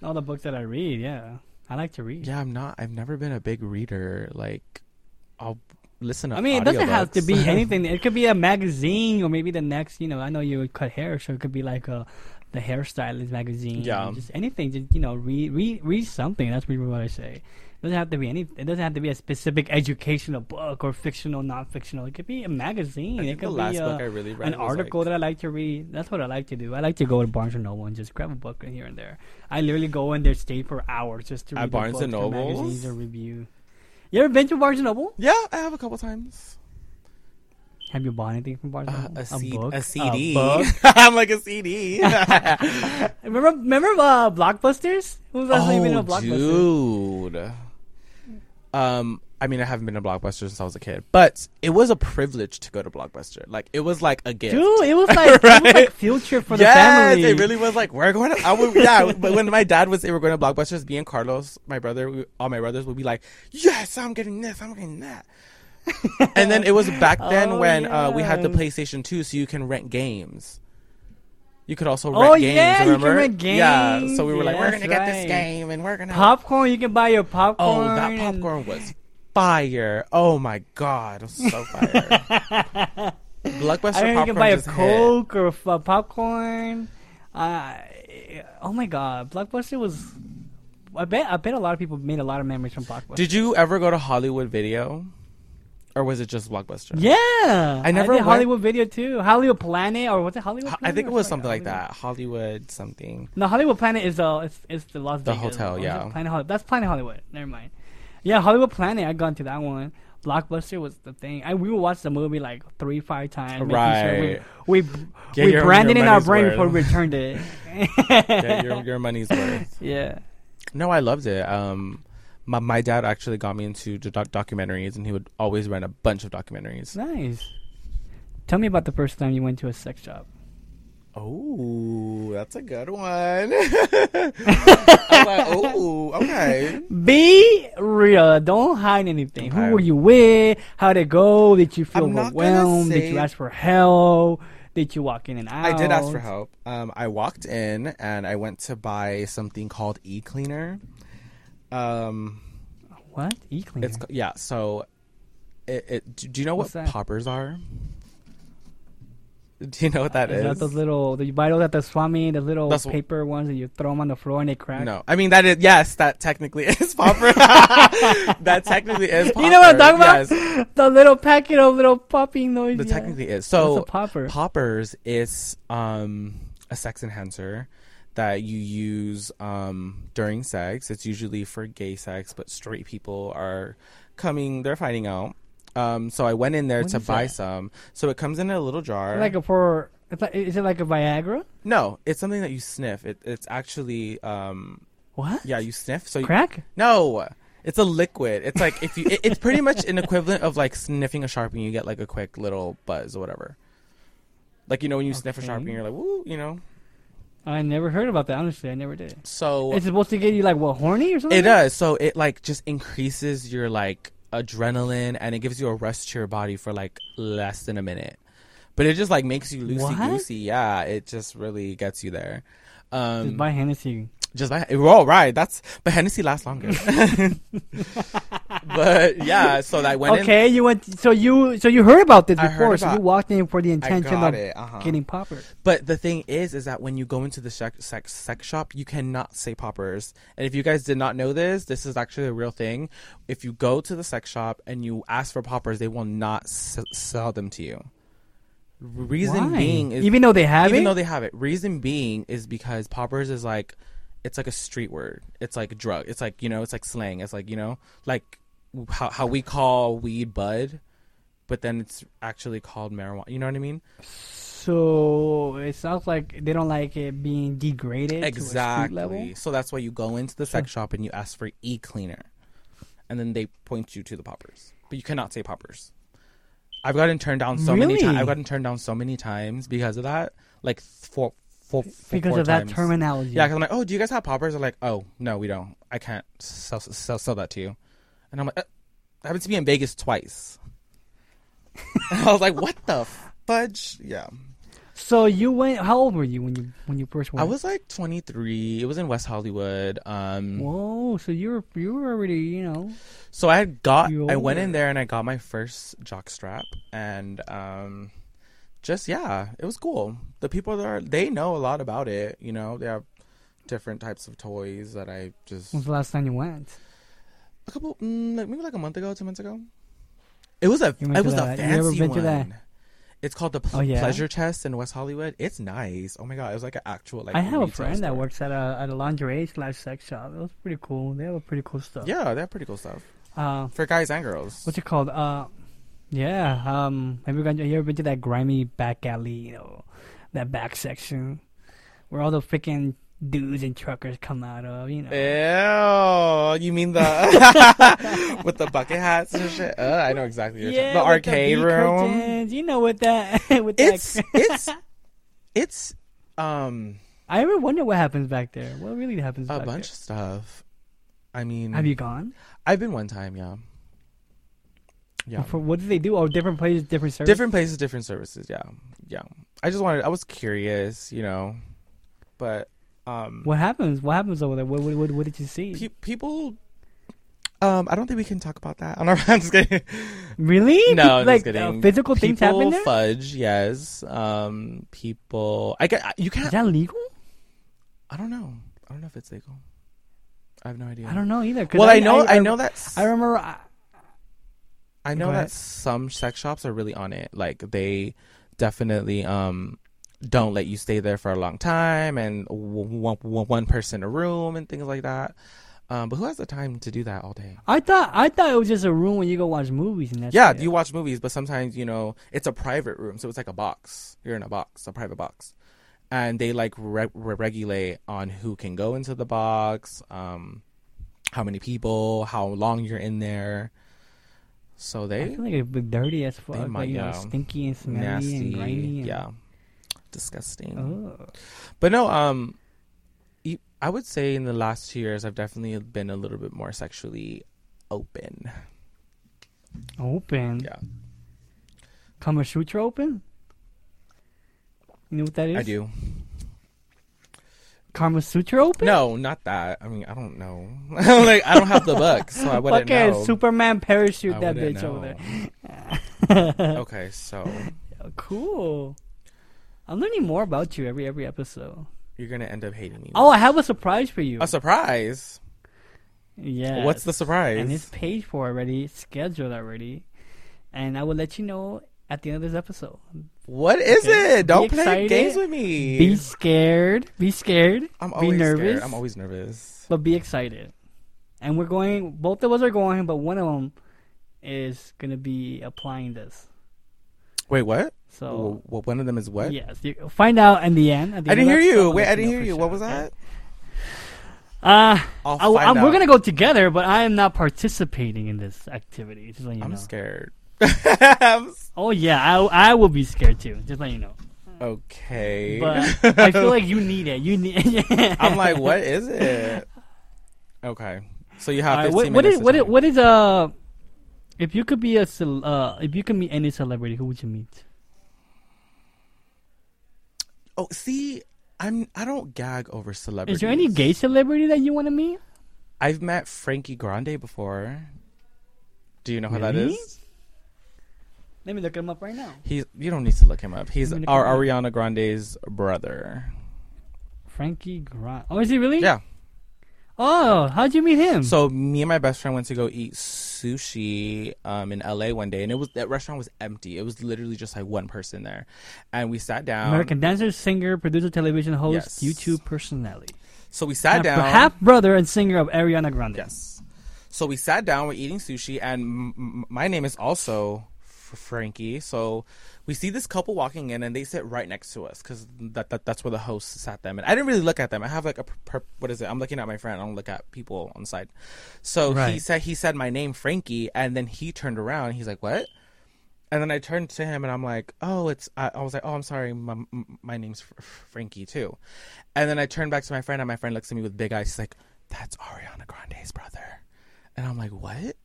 D: All the books that I read. Yeah, I like to read.
C: Yeah, I'm not. I've never been a big reader. Like, I'll listen to
D: I mean, it doesn't have to
C: audiobooks.
D: be anything. It could be a magazine or maybe the next, you know, I know you cut hair, so it could be like a, the hairstylist magazine.
C: Yeah.
D: Just anything. Just, you know, read, read, read something. That's really what I say. It doesn't have to be any. It doesn't have to be a specific educational book or fictional, non-fictional. It could be a magazine.
C: I
D: It
C: think the
D: could
C: last
D: be
C: book
D: uh,
C: I really read
D: an
C: was,
D: article
C: like-
D: that I like to read. That's what I like to do. I like to go to Barnes and Noble and just grab a book here and there. I literally go in there, stay for hours just to
C: At
D: read the
C: Barnes and
D: books or
C: Nobles?
D: magazines or review. You ever been to Barnes and Noble?
C: Yeah, I have a couple times.
D: Have you bought anything from Barnes and
C: Uh,
D: Noble?
C: a, C-
D: book?
C: a CD.
D: book?
C: I'm like a CD.
D: remember, remember uh, Blockbusters? Who was last time you been to a Blockbuster?
C: Oh, dude. Um, I mean, I haven't been to Blockbuster since I was a kid, but it was a privilege to go to Blockbuster. Like, it was like a gift.
D: Dude, it was like it was like future for the
C: yes,
D: family.
C: it really was like we're going. To, I would, yeah. But when my dad would say we're going to Blockbusters, me and Carlos, my brother, we, all my brothers would be like, "Yes, I'm getting this. I'm getting that." and then it was back then
D: Oh,
C: when uh, we had the
D: yes.
C: PlayStation Two, so you can rent games. You could also
D: Oh,
C: rent games.
D: yeah, you can
C: remember?
D: rent
C: Yeah,
D: games.
C: so we were like,
D: Yeah,
C: we're
D: that's
C: gonna get this
D: right.
C: game, and we're gonna.
D: popcorn. You can buy
C: oh,
D: your popcorn.
C: that
D: and-
C: popcorn was fire! Oh my god, it was so fire. Blockbuster
D: I
C: popcorn
D: heard you can buy a
C: just hit.
D: Coke or a f- a popcorn. Uh, oh my God, Blockbuster was. I bet. I bet a lot of people made a lot of memories from Blockbuster.
C: Did you ever go to Hollywood Video, or was it just Blockbuster?
D: yeah,
C: I never
D: did
C: went-
D: Hollywood Video too. Hollywood Planet or was it Hollywood?
C: I
D: Planet
C: think
D: or
C: it was
D: something
C: something like
D: Hollywood-
C: that. Hollywood something.
D: No, Hollywood Planet is the it's, it's the Las
C: The
D: Vegas.
C: hotel,
D: Oh, is
C: yeah.
D: it Planet Hollywood. That's Planet Hollywood. Never mind. Yeah, Hollywood Planet. I gone to that one. Blockbuster was the thing. I we would watch the movie like three, five times. making
C: Right.
D: Sure we we,
C: Get
D: we
C: your-
D: branded
C: your
D: in our
C: money's
D: brain
C: worth.
D: before we returned it.
C: Yeah, your, your money's worth.
D: yeah.
C: No, I loved it. Um, my, my dad actually got me into do- doc- documentaries, and he would always rent a bunch of documentaries.
D: Nice. Tell me about the first time you went to a sex shop.
C: Oh, that's a good one. I'm like, oh, okay.
D: Be real. Don't hide anything.
C: Okay.
D: Who were you with? How'd it go? Did you feel
C: I'm not gonna
D: overwhelmed? Did
C: say-
D: you ask for help? Did you walk in and out?
C: I did ask for help. Um, I walked in and I went to buy something called E Cleaner. Um,
D: What? E cleaner.
C: it's yeah. So, it, it do do you know
D: What's
C: what
D: that?
C: poppers are? Do you know what that
D: Is
C: is?
D: that those little the vitals at the swami, the little
C: That's wh-
D: paper ones that you throw them on the floor and they crack?
C: No, I mean that is yes, that technically is popper. that technically is. Popper.
D: You know what I'm talking about?
C: Yes,
D: The little packet of little popping noise.
C: the
D: yeah.
C: technically is.
D: What's
C: So
D: a popper?
C: poppers is um a sex enhancer that you use um during sex. It's usually for gay sex, but straight people are coming. They're finding out. Um, so I went in there
D: What
C: to
D: is
C: buy
D: that?
C: some. So it comes in a little jar.
D: like a for it's like- is it like a Viagra?
C: no, it's something that you sniff. It, it's actually um
D: What?
C: yeah, you sniff. So you,
D: Crack?
C: No, it's a liquid. It's like if you, it, it's pretty much an equivalent of like sniffing a sharpie. and You get like a quick little buzz or whatever. Like you know when you sniff a
D: Okay.
C: sharpie, and you're like, woo, you know.
D: I never heard about that. Honestly, I never did.
C: So
D: It's supposed to get you like what horny or something?
C: it does. So it like just increases your like adrenaline, and it gives you a rest to your body for like less than a minute. But it just like makes you loosey
D: What?
C: goosey. Yeah, it just really gets you there. Um,
D: Just buy Hennessy.
C: just by we're all right. That's but Hennessy lasts longer. but yeah, so that went in-
D: Okay, you went. So you so you heard about this
C: I
D: before.
C: heard
D: so you
C: about-
D: walked in for the intention
C: got
D: of
C: it, uh-huh.
D: getting popper.
C: But the thing is, is that when you go into the sex, sex, sex shop, you cannot say poppers. And if you guys did not know this, this is actually a real thing. If you go to the sex shop and you ask for poppers, they will not s- sell them to you. Reason
D: Why?
C: being is
D: even though they have
C: even
D: it,
C: though they have it. Reason being is because poppers is like it's like a street word. It's like a drug. It's like you know. It's like slang. It's like you know, like how how we call weed bud, but then it's actually called marijuana. You know what I mean?
D: So it sounds like they don't like it being degraded to a street level.
C: Exactly. So that's why you go into the sex shop and you ask for e cleaner, and then they point you to the poppers. But you cannot say poppers. I've gotten turned down so many times.
D: Really?
C: I've gotten turned down so many times because of that. Like four, four, four
D: Because
C: four
D: of that
C: times.
D: terminology.
C: Yeah, 'cause I'm like, oh, do you guys have poppers? They're like, oh, no, we don't. I can't sell sell, sell that to you. And I'm like, uh, I happened to be in Vegas twice. and I was like, what the fudge? Yeah.
D: So you went. How old were you when you when you first
C: I
D: went?
C: was like 23. It was in West Hollywood. Um,
D: Whoa! So you were you were already you know.
C: So I had got,
D: You
C: I went in
D: older.
C: there and I got my first jockstrap, and um, just yeah, it was cool. The people there, they know a lot about it. You know, they have different types of toys that I just
D: When was the last time you went?
C: a couple, mm, like maybe like a month ago, two months ago. It was a,
D: You went
C: it
D: to
C: was a
D: that- you ever
C: fancy
D: been to
C: one.
D: that?
C: It's called the Ple-
D: Oh, yeah?
C: Pleasure Chest in West Hollywood. It's nice. Oh my god, it was like an actual like.
D: I have a
C: retail
D: friend that
C: store.
D: works at a at a lingerie slash sex shop. It was pretty cool. They have a pretty cool stuff.
C: Yeah, they have pretty cool stuff
D: Uh,
C: for guys and girls.
D: what's it called? Uh, yeah. Um, have you, gone, you ever been to that grimy back alley? You know, that back section where all the freaking dudes and truckers come out of. You know.
C: Ew, you mean the with the bucket hats and shit? Uh, I know exactly. What you're
D: Yeah,
C: talking- the
D: with the
C: arcade
D: bee
C: room.
D: curtains. You know what that? with
C: It's
D: that,
C: it's it's um
D: I ever wonder what happens back there. What really happens?
C: a
D: back
C: bunch of stuff. I mean,
D: There? Have you gone?
C: I've been one time, yeah, yeah.
D: For what do they do? Oh, different places, different services.
C: Different places, different services. Yeah, yeah. I just wanted. I was curious, you know, but um,
D: What happens? What happens over there? What what what, what did you see?
C: pe- people. Um, I don't think we can talk about that. on our- I'm just kidding.
D: really?
C: No,
D: like
C: just kidding.
D: uh, physical things
C: People
D: happen there. Is
C: Fudge, yes. Um, people, I get you can't.
D: that legal?
C: I don't know. I don't know if it's legal. I have no idea.
D: I don't know either. 'cause
C: Well, I know. I, know that.
D: I remember. I,
C: I
D: Go
C: know
D: ahead.
C: that some sex shops are really on it. Like they definitely um don't let you stay there for a long time and one, one, one person a room and things like that. Um, but who has the time to do that all day?
D: I thought I thought it was just a room where you go watch movies and that's
C: Yeah,
D: it.
C: you watch movies, but sometimes you know it's a private room, so it's like a box. You're in a box, a private box, and they like re- re- regulate on who can go into the box, um, how many people, how long you're in there. So
D: I
C: they
D: feel like it'd be dirty as fuck. like,
C: might,
D: you know,
C: yeah.
D: stinky and smelly
C: nasty,
D: and grimy. And, Oh.
C: yeah, disgusting.
D: Ugh.
C: But no, um, e- I would say in the last two years, I've definitely been a little bit more sexually open.
D: Open.
C: Yeah,
D: Kama Sutra open? You know what that is?
C: I do.
D: Kama Sutra open?
C: No, not that. I mean, I don't know. like, I don't have the book, so I wouldn't
D: Fucking
C: know.
D: Superman parachute
C: I
D: that
C: wouldn't
D: bitch over there. Uh,
C: know. okay, so
D: Cool. I'm learning more about you every every episode.
C: you're gonna end up hating me.
D: Oh, I have a surprise for you.
C: a surprise!
D: yeah.
C: What's the surprise?
D: And it's paid for already, it's scheduled already, and I will let you know at the end of this episode.
C: what is
D: Okay.
C: it? Don't
D: Be
C: play
D: excited.
C: games with me.
D: Be scared. Be scared.
C: I'm
D: be
C: always
D: nervous.
C: Scared. I'm always nervous.
D: but be excited. And we're going. Both of us are going, but one of them is gonna be applying this.
C: Wait, what?
D: So
C: Wh- wh- one of them is what?
D: yes, you find out in the end. At
C: I
D: the
C: didn't
D: end of
C: hear
D: that
C: you.
D: episode,
C: Wait,
D: I'll
C: I
D: let
C: didn't
D: know
C: hear
D: for
C: you.
D: sure,
C: What was
D: okay?
C: that?
D: Uh,
C: I'll
D: I,
C: find
D: am we're
C: out.
D: gonna go together, but I am not participating in this activity. Just letting you
C: I'm
D: know.
C: scared. I'm s-
D: Oh yeah, I, I will be scared too. Just letting you know.
C: okay.
D: But I feel like you need it. You need.
C: I'm like, what is it? Okay. So you have
D: All right,
C: 15
D: what, what
C: minutes.
D: is
C: to
D: what
C: tell
D: is,
C: me.
D: what is uh if you could be a cel- uh if you could meet any celebrity who would you meet?
C: Oh, see, I'm I don't gag over celebrities.
D: Is there any gay celebrity that you want to meet?
C: I've met Frankie Grande before. Do you know who that
D: Really?
C: is?
D: Let me look him up right now.
C: He's you don't need to look him up. He's
D: I'm gonna
C: our
D: look
C: Ariana Grande's brother.
D: Frankie Grant. Oh, is he really?
C: Yeah.
D: Oh, how'd you meet him?
C: So me and my best friend went to go eat sushi um, in LA one day, and it was that restaurant was empty. It was literally just like one person there, and we sat down.
D: American dancer, singer, producer, television host,
C: um, Yes.
D: YouTube personality.
C: So we sat down.
D: Half brother and singer of Ariana Grande.
C: Yes. So we sat down, we're eating sushi, and m- m- my name is also F- Frankie. So we see this couple walking in, and they sit right next to us because that, that that's where the host sat them. And I didn't really look at them. I have like a per- per- what is it? I'm looking at my friend. I don't look at people on the side. So he
D: Right.
C: said he said my name, Frankie, and then he turned around. He's like, "What?" And then I turned to him and I'm like, oh, it's, I, I was like, oh, I'm sorry. My, m- my name's Fr- Fr- Frankie too. And then I turned back to my friend and my friend looks at me with big eyes. She's like, that's Ariana Grande's brother. And I'm like, what?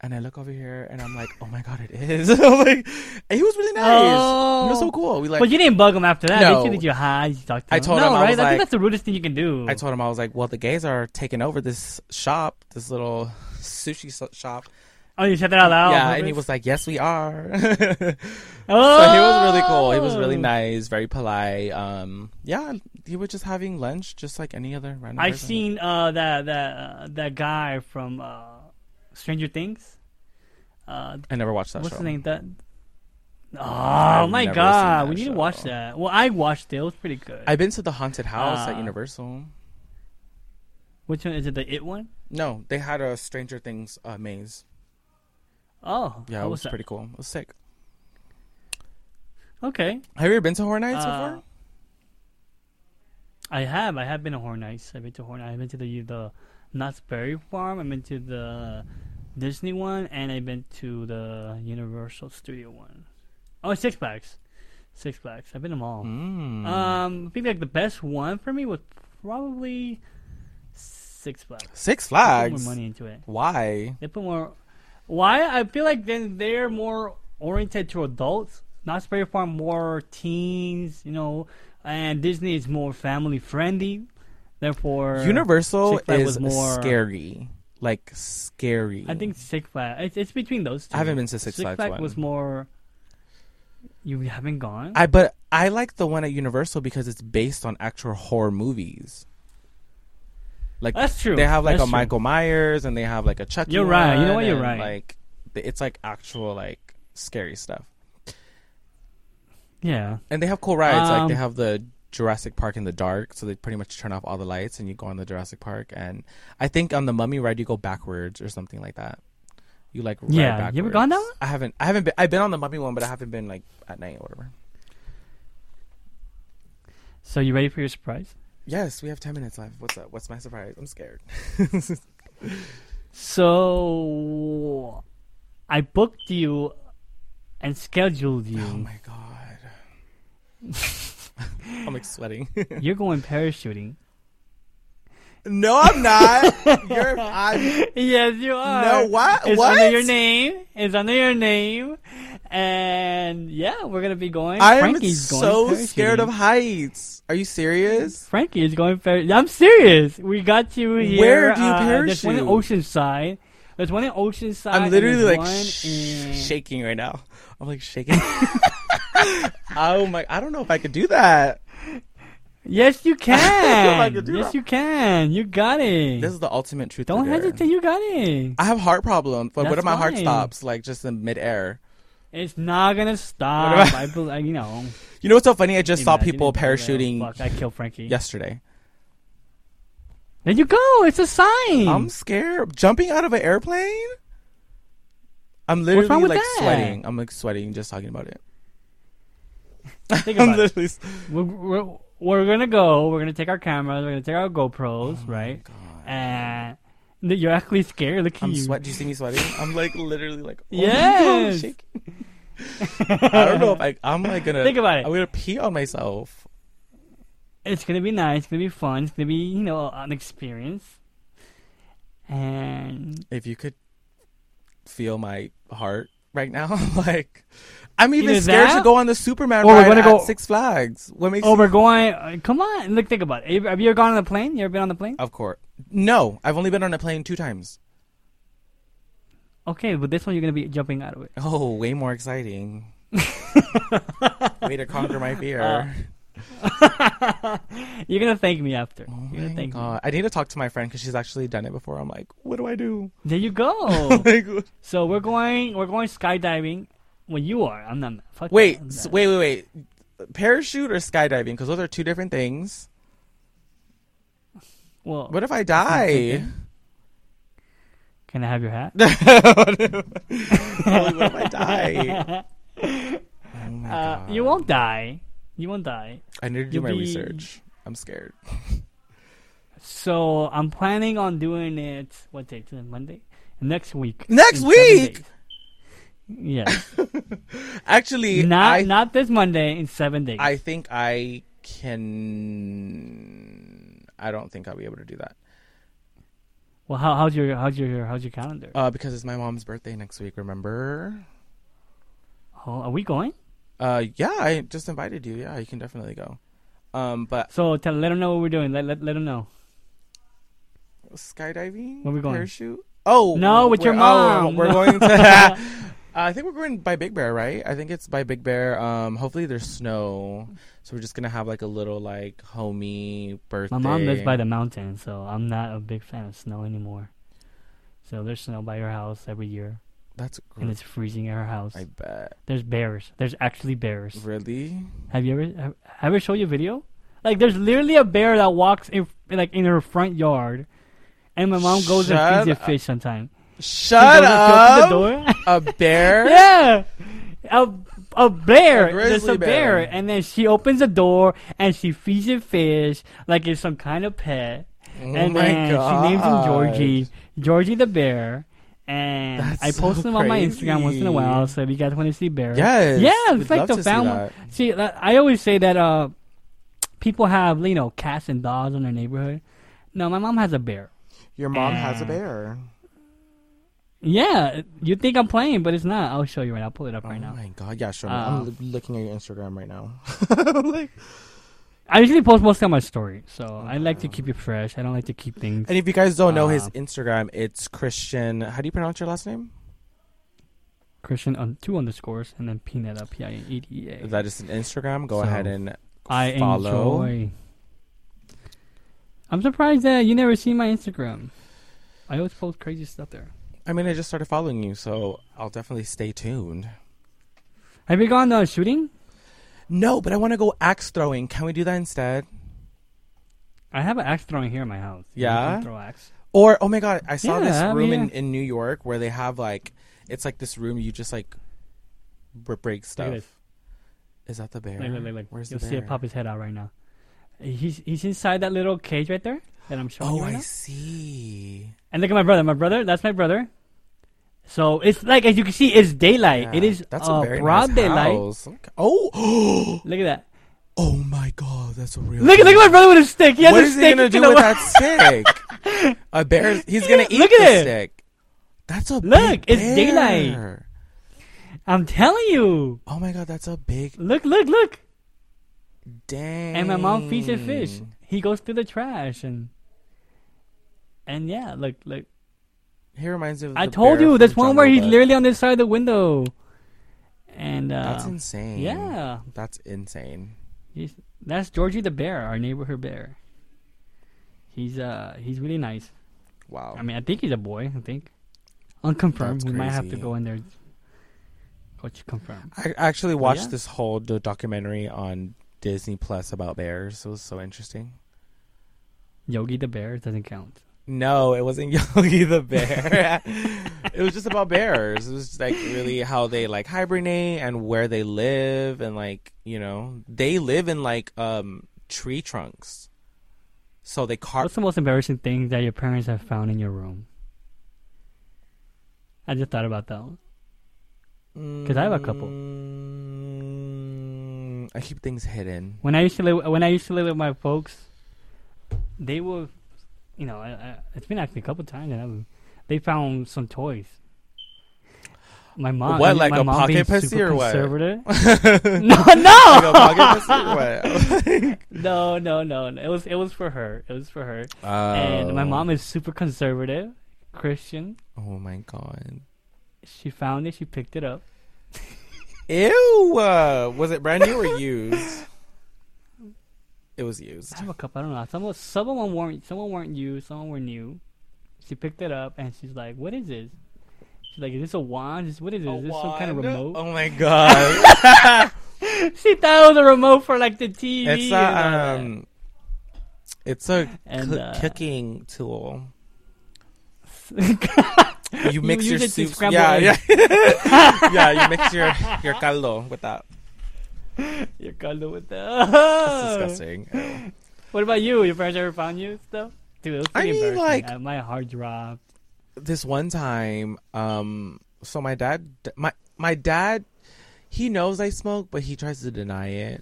C: And I look over here and I'm like, oh my god, it is. I was like, and he was really nice. He was so cool. We like,
D: Oh. but you didn't bug him after that.
C: No.
D: Did you? Did you hi? Did you talk to
C: I
D: him?
C: told
D: no,
C: him, I
D: right?
C: was like-
D: think that's the rudest thing you can do.
C: I told him I was like, well, the gays are taking over this shop, this little sushi so- shop.
D: oh, you said that out loud. on
C: yeah, and
D: purpose?
C: he was like, yes, we are.
D: Oh,
C: So he was really cool. He was really nice, very polite. Um, yeah, he was just having lunch, just like any other random.
D: I've
C: person.
D: seen uh, that that uh, that guy from uh, Stranger Things. Uh,
C: I never watched that
D: what's
C: show.
D: his name? That. Oh
C: I've
D: my
C: never seen
D: god,
C: that
D: we need to
C: show.
D: watch that. Well, I watched it. It was pretty good.
C: I've been to the haunted house at
D: Ah.
C: Universal.
D: Which one is it? The It one?
C: No, they had a Stranger Things uh, maze.
D: Oh,
C: Yeah,
D: how
C: it was
D: that?
C: pretty cool. It was sick.
D: Okay,
C: Have you ever been to Horror Nights
D: Uh,
C: before?
D: I have. I have been to Horror Nights. I've been to Horror Nights. I've been to the the Knott's Berry Farm. I've been to the Disney one, and I've been to the Universal Studio one. Oh, Six Flags. Six Flags. I've been to them all.
C: Mm.
D: Um, I think like the best one for me was probably Six Flags.
C: Six
D: They put
C: Flags.
D: more money into it.
C: Why?
D: They put more. Why? I feel like then they're more oriented to adults. Not Berry Farm more teens, you know, and Disney is more family friendly. Therefore,
C: Universal
D: Six Flags
C: is
D: was more-
C: scary, like scary.
D: I think Six Flags. It's, it's between those two.
C: I haven't been to Six Flags one.
D: was more. You haven't gone.
C: I but I like the one at Universal because it's based on actual horror movies. Like
D: That's true.
C: They have like
D: That's
C: a
D: true.
C: Michael Myers and they have like a Chucky.
D: You're right. You
C: one,
D: know what? You're
C: and,
D: right.
C: Like th- it's like actual like scary stuff,
D: yeah.
C: and they have cool rides. like they
D: Um,
C: have the Jurassic Park in the dark, so they pretty much turn off all the lights and you go on the Jurassic Park. And I think on the Mummy ride you go backwards or something like that. You like ride
D: Yeah. You ever gone that
C: backwards. I
D: one?
C: haven't. I haven't been. I've been on the Mummy one, but I haven't been like at night or whatever.
D: So you ready for your surprise?
C: Yes, we have ten minutes left. What's up? What's my surprise? I'm scared.
D: So I booked you and scheduled you.
C: Oh my god. I'm like sweating.
D: You're going parachuting.
C: no, I'm not. You're I'm
D: Yes, you are.
C: No, what?
D: It's
C: What?
D: under your name. It's under your name. And yeah, we're gonna be going.
C: I am
D: Frankie's
C: so
D: going
C: scared of
D: parachuting.
C: heights. Are you serious?
D: Frankie is going. Par- I'm serious. We got you here.
C: Where do you
D: uh, There's one in
C: parachute?
D: Oceanside. There's one in Oceanside.
C: I'm
D: and
C: literally like
D: there's one
C: sh-
D: in-
C: shaking right now. I'm like shaking. oh my I don't know if I could do that.
D: Yes, you can.
C: I could do
D: yes,
C: that.
D: you can. You got it.
C: This is the ultimate truth.
D: Don't
C: or dare.
D: hesitate. You got it.
C: I have heart problems, but what
D: That's
C: if my heart
D: fine.
C: stops like just in midair?
D: It's not gonna
C: What
D: stop.
C: about-
D: I, bel I you know.
C: You know what's so funny? I just saw
D: imagine
C: people
D: if I was like,
C: parachuting
D: Fuck, I killed Frankie.
C: yesterday.
D: There you go. It's a sign.
C: I'm scared. Jumping out of an airplane? I'm literally
D: wrong with
C: like
D: that?
C: sweating. I'm like sweating just talking about it.
D: Think
C: I'm
D: about it.
C: literally s-
D: We're, we're, we're gonna go. We're gonna take our cameras. We're gonna take our GoPros,
C: Oh,
D: right? And th- you're actually scared. Look at
C: I'm
D: you.
C: sweat. Do you see me sweating? I'm like literally like oh my God,
D: Yes.
C: shaking. I don't know if I, I'm like gonna
D: Think about it.
C: I'm gonna pee on myself.
D: It's gonna be nice. It's gonna be fun. It's gonna be you know an experience. And
C: If you could feel my heart right now, like I'm even
D: Either
C: scared
D: that
C: to go on the Superman
D: or we're
C: ride
D: gonna
C: at
D: go-
C: Six Flags. What makes
D: oh, we're going. uh, Come on. Look, think about it. Have- Have you ever gone on a plane? You ever been on the plane?
C: of course? No, I've only been on a plane two times.
D: Okay, but this one you're gonna be jumping out of it.
C: Oh, way more exciting. way to conquer my fear.
D: Uh, You're gonna thank me after.
C: Oh
D: you're
C: my
D: gonna thank
C: God. I need to talk to my friend because she's actually done it before. I'm like, what do I do?
D: me. There you go.
C: Like, what-
D: so we're going. We're going skydiving. Well, you are. I'm not. Fuck that.
C: wait,
D: I'm
C: s-
D: not.
C: wait, wait, wait. Parachute or skydiving? Because those are two different things.
D: Well,
C: What if I die?
D: can I have your hat?
C: Like, what if I die? Oh my
D: Uh,
C: God.
D: you won't die. You won't die.
C: I need to do
D: you'll
C: my
D: be-
C: research. I'm scared.
D: So I'm planning on doing it. What day? Today, Monday. Next week.
C: Next
D: In seven
C: week?
D: days. Yes.
C: Actually,
D: not
C: I,
D: not this Monday in seven days.
C: I think I can. I don't think I'll be able to do that.
D: Well, how, how's your how's your how's your calendar?
C: Uh, because it's my mom's birthday next week. Remember?
D: oh, are we going?
C: Uh, yeah, I just invited you. Yeah, you can definitely go. Um, but
D: So tell let them know what we're doing. Let let, let them know.
C: skydiving?
D: Where we going?
C: Parachute? Oh
D: No, with your
C: we're- oh,
D: mom.
C: we're
D: No.
C: going to. I think we're going by Big Bear, right? I think it's by Big Bear. Um, hopefully there's snow, so we're just gonna have like a little like homey birthday.
D: My mom lives by the mountain, so I'm not a big fan of snow anymore. So there's snow by her house every year,
C: That's
D: and
C: great.
D: it's freezing at her house.
C: Mm. I bet.
D: There's bears. There's actually bears.
C: Really?
D: Have you ever have, I ever showed you a video? Like there's literally a bear that walks in like in her front yard, and my mom goes
C: Shut
D: and feeds
C: up.
D: it fish sometime. She
C: Shut
D: goes and she opens
C: up!
D: The door.
C: A bear?
D: yeah, a a bear.
C: A grizzly
D: There's a bear.
C: bear.
D: and then she opens the door and she feeds it fish like it's some kind of pet.
C: Oh
D: and
C: my
D: then she names him
C: God.
D: Georgie, Georgie the bear. And
C: That's
D: I post
C: so
D: them on my Instagram once in a while,
C: crazy.
D: so if you guys want to see bears,
C: Yes.
D: yeah,
C: We'd
D: it's like
C: love
D: the
C: to see
D: family.
C: that.
D: See, li- I always say that uh, people have you know cats and dogs in their neighborhood. No, my mom has a bear.
C: Your mom has a
D: Mm.
C: bear.
D: Yeah, you think I'm playing, but it's not. I'll show you right. I'll pull it up right
C: oh
D: now.
C: my god! Yeah, sure. I'm
D: Uh,
C: l- looking at your Instagram right now. Like-
D: I usually post mostly on my story, so I like to keep it fresh. I don't like to keep things.
C: and if you guys don't know his
D: Uh,
C: Instagram, it's Christian. How do you pronounce your last name?
D: Christian on two underscores and then peanut up P I N E D A.
C: That is an Instagram. Go
D: So,
C: ahead and
D: I
C: follow.
D: enjoy. I'm surprised that you never see my Instagram. I always post crazy stuff there.
C: I mean, I just started following you, so I'll definitely stay tuned.
D: Have you gone uh, shooting?
C: No, but I want to go axe throwing. Can we do that instead?
D: I have an axe throwing here in my house. You
C: Yeah?
D: can Throw axe.
C: Or oh my god, I saw
D: Yeah, I
C: this room in,
D: mean-
C: in New York where they have like it's like this room you just like br- break
D: Look at
C: stuff.
D: this.
C: Is that the bear?
D: Look, look, look, look.
C: Where's
D: You'll
C: the
D: see
C: bear?
D: it pop his head out right now. He's he's inside that little cage right there that I'm showing
C: Oh,
D: you right
C: I
D: now.
C: see.
D: And look at my brother. My brother, that's my brother. So it's like as you can see, it's daylight. it
C: Yeah,
D: is
C: that's
D: uh,
C: a very
D: broad
C: nice
D: daylight.
C: house. Okay. Oh,
D: Look at that.
C: oh my god, that's a real.
D: Look at look at my brother with a stick. He has
C: What
D: a
C: is he
D: stick
C: gonna
D: in
C: do
D: the
C: with
D: wa-
C: that stick? a bear. He's gonna eat
D: Look at
C: the
D: it.
C: stick. That's a
D: Look,
C: Big
D: it's
C: bear.
D: daylight. I'm telling you.
C: Oh my god, that's a big
D: Look, look, look.
C: dang.
D: And my mom feeds it fish.
C: Mm.
D: He goes through the trash and and yeah, look, look.
C: He reminds me of.
D: I
C: the
D: told
C: bear
D: you,
C: from
D: there's one where
C: Jungle
D: he's
C: Book.
D: literally on this side of the window. And uh,
C: That's insane.
D: yeah,
C: That's insane.
D: He's, that's Georgie the bear, our neighborhood bear. He's uh he's really nice.
C: Wow.
D: I mean, I think he's a boy. I think unconfirmed.
C: That's
D: we might have to
C: crazy.
D: go in there. Coach confirm.
C: I actually watched
D: yeah.
C: this whole do- documentary on Disney Plus about bears. It was so interesting.
D: Yogi the bear doesn't count.
C: No, it wasn't Yogi the bear. it was just about bears. It was like really how they like hibernate and where they live and like, you know, they live in like um tree trunks. So they carve
D: What's the most embarrassing thing that your parents have found in your room? I just thought about that. one.
C: cuz
D: I have a couple.
C: Mm, I keep things hidden.
D: When I used to live, when I used to live with my folks, they were, you know, I, I, it's been actually a couple times that I've- they found some toys. My mom,
C: What,
D: I mean,
C: like
D: my
C: a
D: mom
C: pocket
D: being
C: pussy
D: super
C: or what?
D: conservative.
C: Like
D: no, no,
C: a pocket pussy or what?
D: no, no, no. It was it was for her. It was for her.
C: Oh.
D: And my mom is super conservative, Christian.
C: Oh my god.
D: She found it. She picked it up.
C: Ew! Uh, was it brand new or used? it was used.
D: I have a couple. I don't know. Some of- some of them weren't. Some of them weren't you. Some of them were new. She picked it up and she's like, "What is this?" She's like, "Is this a wand? Is, what is this? Is this some kind of remote?"
C: Oh my god!
D: She thought it was a remote for like the TV.
C: it's
D: and all
C: a
D: that.
C: um, it's a
D: And,
C: cook-
D: uh,
C: cooking tool. You mix
D: use
C: your
D: it to
C: soup.
D: scramble
C: Yeah, yeah,
D: eggs.
C: yeah. You mix your your caldo with that.
D: You're cuddling with that.
C: Disgusting. Oh. Ew.
D: What about you? Your parents ever found you stuff? Dude, it was
C: I
D: pretty
C: mean,
D: embarrassing.
C: like-
D: Uh, my heart dropped.
C: This one time, um, so my dad, my my dad, he knows I smoke, but he tries to deny it.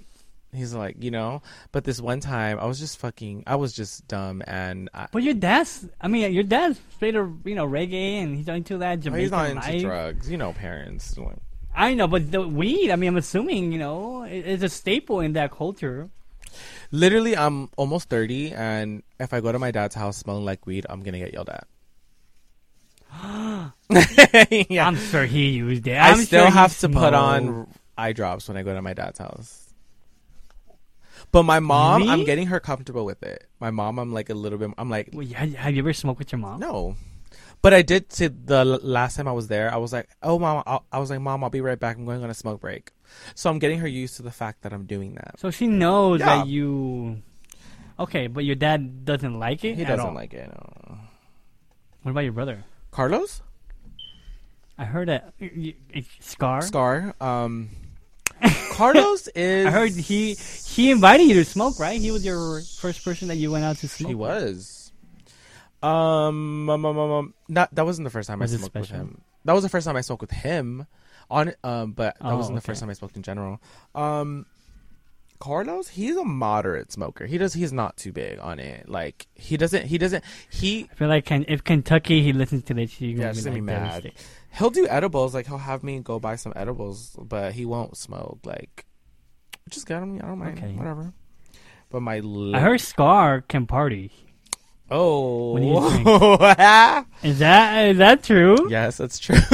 C: He's like, you know, but this one time I was just fucking, I was just dumb and I,
D: But your dad's, I mean, your dad's straight of, you know, reggae and he's into that Jamaican
C: Oh, he's not into
D: life.
C: drugs. You know, parents. like-
D: I know, but the weed, I mean, I'm assuming, you know, it- it's a staple in that culture.
C: Literally, I'm almost 30 and if I go to my dad's house smelling like weed, I'm going to get yelled at. yeah.
D: I'm sure he used it.
C: i
D: I'm
C: still
D: sure he
C: have to put on
D: smoked.
C: eye drops when I go to my dad's house. But my mom, I'm
D: Really?
C: getting her comfortable with it. My mom, I'm like a little bit. I'm like,
D: Wait, ha- have you ever smoked with your mom?
C: no. But I did to the l- last time I was there. I was like, oh mom, I'll, I was like, mom, I'll be right back. I'm going on a smoke break. So I'm getting her used to the fact that I'm doing that.
D: So she knows
C: Yeah.
D: that you. Okay, but your dad doesn't like it.
C: He
D: at
C: doesn't
D: all.
C: like it. no.
D: What about your brother?
C: Carlos
D: I heard that y- y- y- scar.
C: Scar. Um, Carlos is.
D: I heard he he invited you to smoke, right? He was your first person that you went out to smoke.
C: He
D: with.
C: was. Um, um, um, um, um, not that wasn't the first time
D: Was
C: I
D: it
C: smoked with
D: special?
C: him. That was the first time I smoked with him. On um, but that
D: Oh,
C: wasn't the
D: okay.
C: first time I smoked in general. Um, Carlos, he's a moderate smoker. He does. He's not too big on it. Like he doesn't. He doesn't. He
D: I feel like Ken, if Kentucky he listens to this, you're
C: yeah,
D: gonna
C: he's
D: be
C: gonna be
D: like,
C: mad.
D: devastated.
C: He'll do edibles. Like he'll have me go buy some edibles, but he won't smoke. Like just get him. I don't mind.
D: Okay.
C: Whatever. But my li-
D: I heard Scar can party.
C: oh
D: When he Is that is that true?
C: Yes, that's true.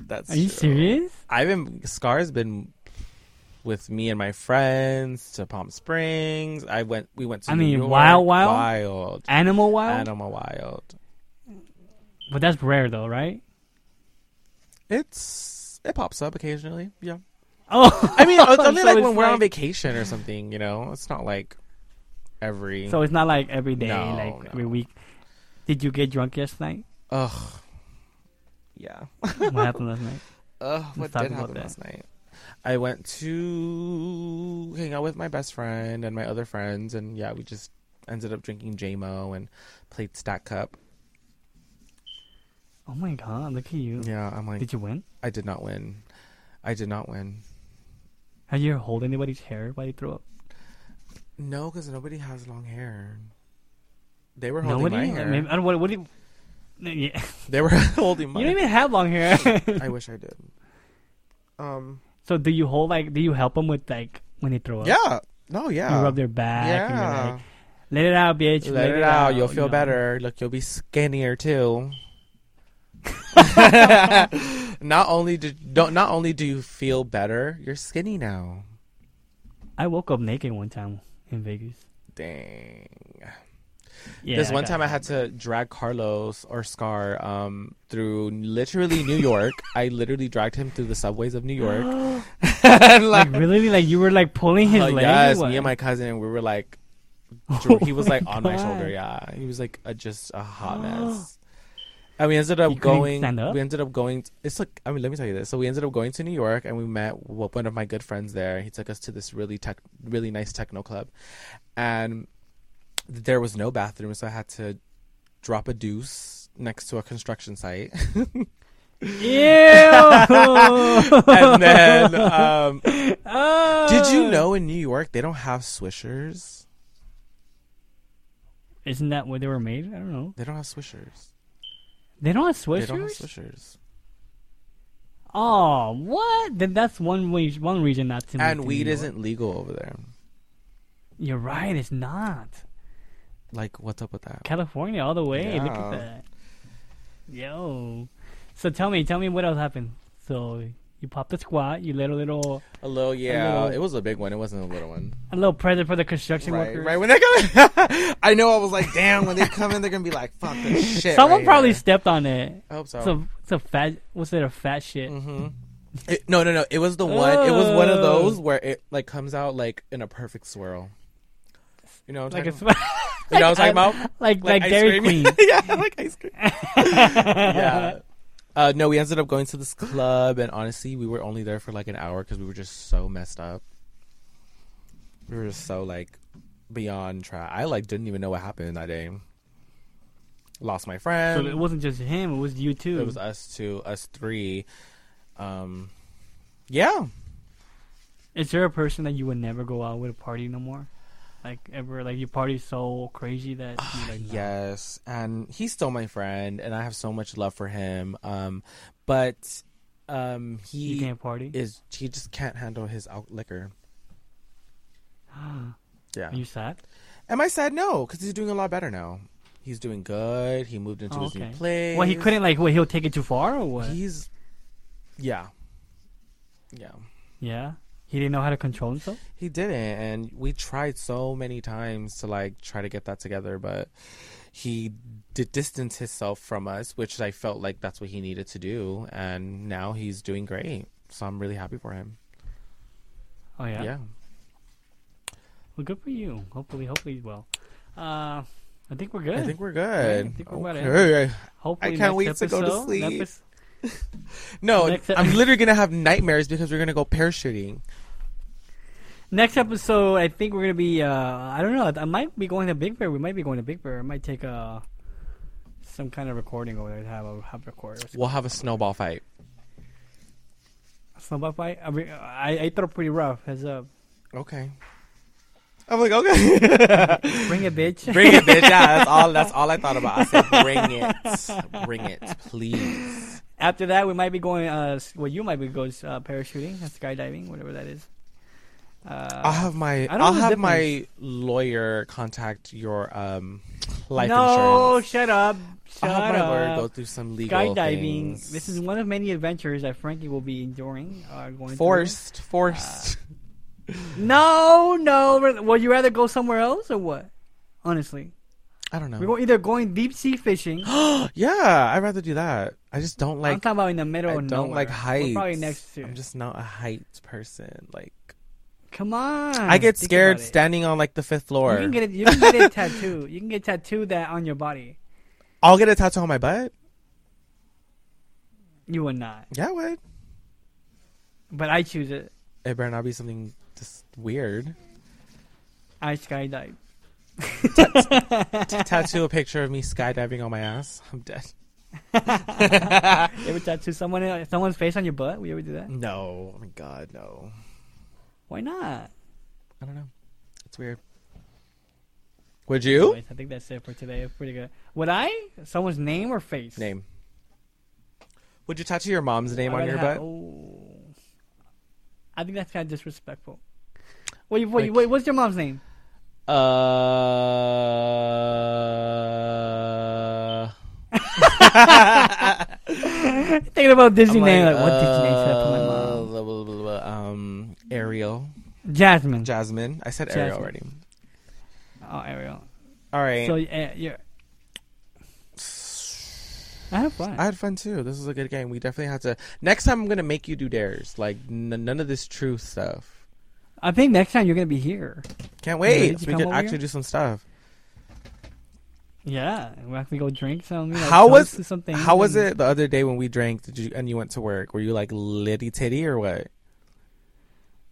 C: that's
D: Are you
C: true.
D: serious?
C: I've been Scar's been with me and my friends to Palm Springs. I went we went to
D: I
C: New
D: mean,
C: York.
D: Wild Wild?
C: Wild
D: Animal Wild,
C: Animal Wild.
D: but that's rare though, right?
C: It's it pops up occasionally. Yeah.
D: Oh,
C: I mean, it's only
D: So
C: like
D: it's
C: when we're on
D: like-
C: vacation or something, you know. It's not like every
D: so it's not like every day,
C: No,
D: like
C: no.
D: every week. Did you get drunk last night?
C: ugh. Yeah.
D: What happened last night?
C: Ugh, what
D: talk
C: did
D: about
C: happen
D: that.
C: last night? I went to hang out with my best friend and my other friends, and yeah, we just ended up drinking JMO and played Stack Cup.
D: Oh my god, look at you!
C: Yeah, I'm like,
D: Did you win?
C: I did not win. I did not win.
D: Have you ever hold anybody's hair while you throw up?
C: No, because nobody has long hair. They were holding
D: Nobody.
C: my
D: Uh,
C: hair.
D: Maybe, I don't. What, what do you? No, Yeah.
C: They were holding my.
D: You don't even have long hair.
C: I wish I did. Um.
D: so do you hold like? Do you help them with like when they throw up?
C: Yeah. No. Yeah.
D: You rub their back. And
C: yeah.
D: you're like, Let it out, bitch.
C: Let, it out. You'll
D: you
C: feel
D: know.
C: better. Look, you'll be skinnier too. not only do don't not only do you feel better, you're skinny now.
D: I woke up naked one time in Vegas.
C: Dang.
D: Yeah.
C: this one
D: got-
C: time I had to drag Carlos or Scar um through literally New York. I literally dragged him through the subways of New York. And, like,
D: Like really, like you were like pulling his
C: uh,
D: leg.
C: yes,
D: What?
C: me and my cousin, we were like
D: Oh
C: he was
D: my
C: like on my
D: God.
C: shoulder. Yeah, he was like a, just a hot mess. And we ended up
D: He couldn't
C: going.
D: stand up?
C: We ended up going. It's like I mean, let me tell you this. So we ended up going to New York, and we met w- one of my good friends there. He took us to this really tech, really nice techno club, and there was no bathroom, so I had to drop a deuce next to a construction site.
D: Ew.
C: and then, um,
D: Oh.
C: did you know in New York they don't have swishers?
D: Isn't that what they were made? I don't know.
C: They don't have swishers.
D: They don't have
C: They don't have
D: swishers.
C: swishers.
D: oh, what? Then that's one way, one reason not to. move
C: And
D: to
C: weed
D: New York.
C: isn't legal over there.
D: You're right. It's not.
C: Like, what's up with that?
D: California all the way. Look
C: Yeah.
D: at that. Yo. So tell me, tell me what else happened. So you popped a squat, you lit a little
C: A little, yeah.
D: little-
C: It was a big one. It wasn't a little one.
D: a little present for the construction
C: Right,
D: workers.
C: right. When they come, in, I know I was like, damn. When they come in, they're gonna be like, fuck this shit.
D: Someone
C: right Oh.
D: probably
C: here.
D: stepped on it.
C: I hope so.
D: So it's a fat was it a fat
C: Mm-hmm.
D: shit?
C: It- no, no, no. It was the one. It was one of
D: Oh.
C: those where it like comes out like in a perfect swirl. You know, what I'm
D: Like a
C: talking, you know what I'm talking about?
D: like like,
C: ice
D: Dairy
C: cream.
D: Queen.
C: yeah, like ice cream. yeah. Uh, no, we ended up going to this club, and honestly, we were only there for like an hour because we were just so messed up. We were just so like beyond try. I like didn't even know what happened that day. Lost my
D: so
C: friend.
D: it wasn't just him, it was you too.
C: it was us two, us three. Um, yeah.
D: Is there a person that you would never go out with a party no more? Like ever, like your party's so crazy that you like no.
C: Yes, and he's still my friend, and I have so much love for him. Um, but um,
D: you
C: he
D: can't party.
C: is he just can't handle his out liquor. yeah.
D: Are you sad?
C: Am I sad? No, because he's doing a lot better now. He's doing good. He moved into
D: Oh,
C: his
D: okay.
C: new place.
D: Well, he couldn't like. Wait, he'll take it too far or what?
C: He's yeah, yeah.
D: yeah, he didn't know how to control himself.
C: He didn't, and we tried so many times to like try to get that together, but he did distance himself from us, which I felt like that's what he needed to do, and now he's doing great. So I'm really happy for him.
D: Oh yeah.
C: Yeah,
D: Well, good for you. Hopefully, hopefully he's well. Uh, I think we're good.
C: I think we're good.
D: I think we're about to
C: Okay.
D: hopefully
C: I can't
D: next
C: wait to go to
D: episode-
C: sleep.
D: epis-
C: No,
D: Next-
C: I'm literally gonna have nightmares because we're gonna go parachuting.
D: Next episode, I think we're gonna be. Uh, I don't know. I might be going to Big Bear. We might be going to Big Bear. I might take uh, some kind of recording over there to have a have record.
C: We'll have a snowball fight.
D: Snowball fight. I, mean, I I throw pretty rough. Heads up.
C: Okay. I'm like, okay.
D: Bring a bitch.
C: bring it, bitch. Yeah, that's all. That's all I thought about. I said, bring it, bring it, please.
D: After that, we might be going. Uh, s- well, you might be going uh, parachuting, and skydiving, whatever that is. Uh,
C: I'll have my
D: I don't
C: I'll
D: know the
C: have my lawyer contact your um life
D: no,
C: insurance.
D: shut up. Shut
C: I'll have my
D: up.
C: lawyer go through some legal
D: skydiving.
C: things.
D: This is one of many adventures that Frankie will be enduring. Uh, going through.
C: forced, forced.
D: No, no. Would you rather go somewhere else or what? Honestly,
C: I don't know.
D: we're going, either going deep sea fishing. I'm
C: yeah, I'd rather do that. I just don't like.
D: talking about in the middle
C: I
D: of
C: don't
D: nowhere.
C: like heights.
D: We're probably next to.
C: I'm just not a heights person. Like
D: Come on.
C: I get
D: Hmm, think
C: scared
D: about it.
C: standing on like the fifth floor.
D: You can get it. You can get it tattooed. You can get tattooed that on your body.
C: I'll get a tattoo on my butt.
D: You would not,
C: Yeah, I would.
D: but I choose it.
C: It better not be something just weird.
D: I skydive.
C: tattoo a picture of me skydiving on my ass. I'm dead.
D: You ever tattoo someone someone's face on your butt? We ever do that?
C: No, oh my god, no.
D: Why not?
C: I don't know. It's weird. Would you?
D: Anyways, I think that's it for today. It's pretty good. Would I? Someone's name or face?
C: Name. Would you tattoo your mom's name
D: I'd
C: on
D: rather
C: your
D: have-
C: butt?
D: Oh. I think that's kind of disrespectful. Wait, wait,
C: Like-
D: wait, what's your mom's name?
C: Uh.
D: Thinking about Disney
C: I'm
D: name,
C: like,
D: like what Disney name should I put my
C: uh,
D: mom?
C: blah, blah, blah, blah, Um, Ariel,
D: Jasmine.
C: Jasmine. I said Ariel
D: Jasmine.
C: already.
D: oh, Ariel.
C: All right.
D: So uh, you're. I have fun.
C: I had fun too. This was a good game. We definitely have to. Next time, I'm gonna make you do dares. Like n- none of this truth stuff.
D: I think next time you're gonna be here.
C: Can't
D: Wait,
C: wait.
D: did you
C: we
D: come
C: can
D: over
C: actually
D: here?
C: do some stuff.
D: Yeah, we have to go drink some. You know,
C: how
D: toast to
C: was
D: something?
C: how was
D: and-
C: it the other day when we drank? Did you and you went to work? Were you like litty titty or what?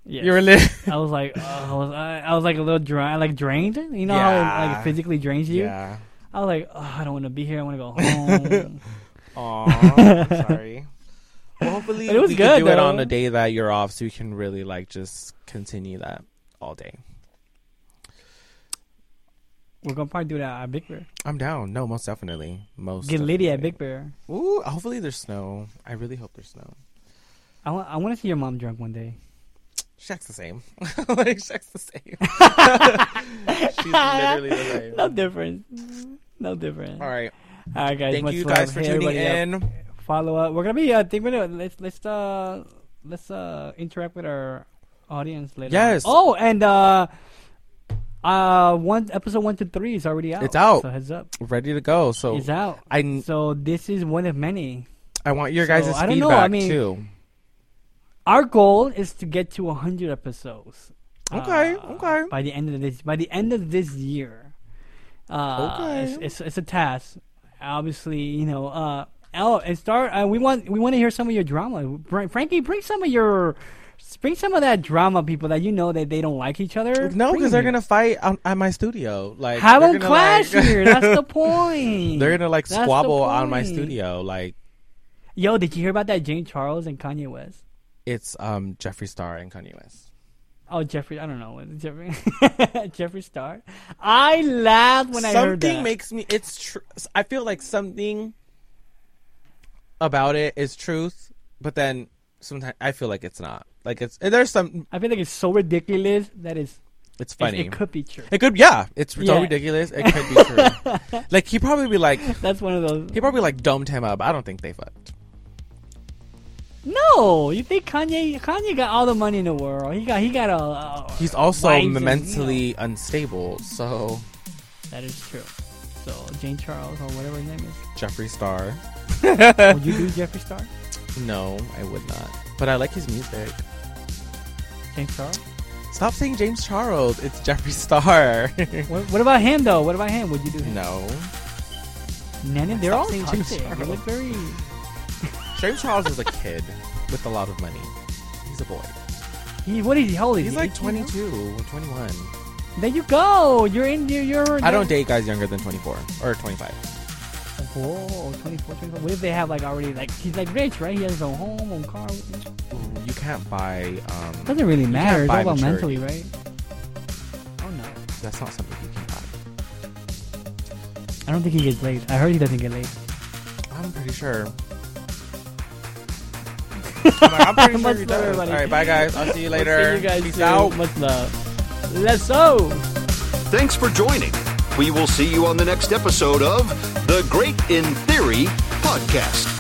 D: Yes.
C: You were lit.
D: I was like, uh, I was, I, I was like a little dry, like drained. You know how it,
C: Yeah.
D: like physically drains you.
C: yeah.
D: I was like, oh, I don't want to be here. I want to go home.
C: Aw, sorry. Well, hopefully
D: But it was
C: we
D: good,
C: can do it on
D: though.
C: a day that you're off, so you can really like just continue that all day.
D: We're gonna probably do that at Big Bear.
C: I'm down. No, most definitely. Most
D: Get Lydia at
C: definitely.
D: Big Bear.
C: Ooh, hopefully there's snow. I really hope there's snow.
D: I want, I want to see your mom drunk one day.
C: Shaq's the same. like Shaq's the same. She's literally the same.
D: No difference. No difference.
C: All right.
D: All right, guys.
C: Thank
D: much
C: you
D: love.
C: guys for
D: Hey,
C: tuning
D: everybody up.
C: in.
D: Follow up. We're gonna be. I think we're gonna let's let's uh let's uh interact with our audience later.
C: Yes.
D: on. Oh, and uh, uh, one episode one to three is already out.
C: It's out. Oh.
D: So heads up.
C: Ready to go. So
D: It's out.
C: I
D: So this is one of many.
C: I want your
D: So,
C: guys'
D: I
C: feedback
D: don't know, I mean-
C: too.
D: Our goal is to get to 100 episodes. Uh,
C: Okay, okay.
D: By the end of this, by the end of this year. Uh,
C: Okay.
D: It's, it's, it's a task. Obviously, you know. Uh, oh, and start. Uh, we want we want to hear some of your drama. Bring, Frankie, bring some of your, bring some of that drama. People that you know that they don't like each other.
C: No,
D: Bring
C: because they're
D: it.
C: gonna fight on, at my studio. Like
D: have
C: they're
D: them
C: gonna,
D: clash
C: like-
D: here. That's the point.
C: They're gonna like
D: That's the
C: squabble on my
D: point.
C: studio. Like
D: Yo, did you hear about that Jane Charles and Kanye West?
C: it's um Jeffree Star and Kanye West.
D: Oh, Jeffrey, I don't know. was it Jeffrey, Jeffrey Star. I laughed when I heard
C: something
D: that.
C: makes me. It's true. I feel like something about it is truth, but then sometimes I feel like it's not. Like it's there's some.
D: I feel like it's so ridiculous that it's,
C: It's
D: it's
C: funny.
D: it could be true.
C: It could, yeah. It's
D: Yeah.
C: so ridiculous. It could be true. like he probably be like
D: That's one of those.
C: he probably like dumbed him up. I don't think they fucked.
D: No, you think Kanye? Kanye got all the money in the world. He got he got a. a
C: He's also
D: wives and,
C: mentally
D: you
C: unstable. So
D: know, that is true. So Jane Charles or whatever his name is.
C: Jeffree Star,
D: Would you do Jeffree Star?
C: no, I would not. But I like his music.
D: James Charles.
C: Stop saying James Charles. It's Jeffree Star.
D: What, what about him though? What about him? Would you do him?
C: no,
D: Nana, they're
C: Stop
D: all
C: saying James
D: toxic. They
C: Charles.
D: look very.
C: James Charles is a kid with a lot of money. He's a boy.
D: He, what is he? How old is
C: He's
D: he?
C: like
D: 18 now?
C: 22, 21.
D: There you go. You're in. You're. you're
C: I don't date guys younger than 24 or 25.
D: Whoa, 24, 25. What if they have like already like he's like rich, right? He has his own home, own car.
C: You can't buy. Um,
D: Doesn't really matter. It's all
C: buy
D: about
C: maturity.
D: mentally, right? Oh no.
C: that's not something you can buy.
D: I don't think he gets laid. I heard he doesn't get laid.
C: I'm pretty sure. I'm, like, I'm pretty sure
D: Much
C: you
D: love,
C: does. All
D: everybody.
C: right, bye guys. I'll see you later.
D: See you guys
C: Peace
D: soon.
C: out.
D: Much love. Let's go.
B: Thanks for joining. We will see you on the next episode of The Great in Theory Podcast.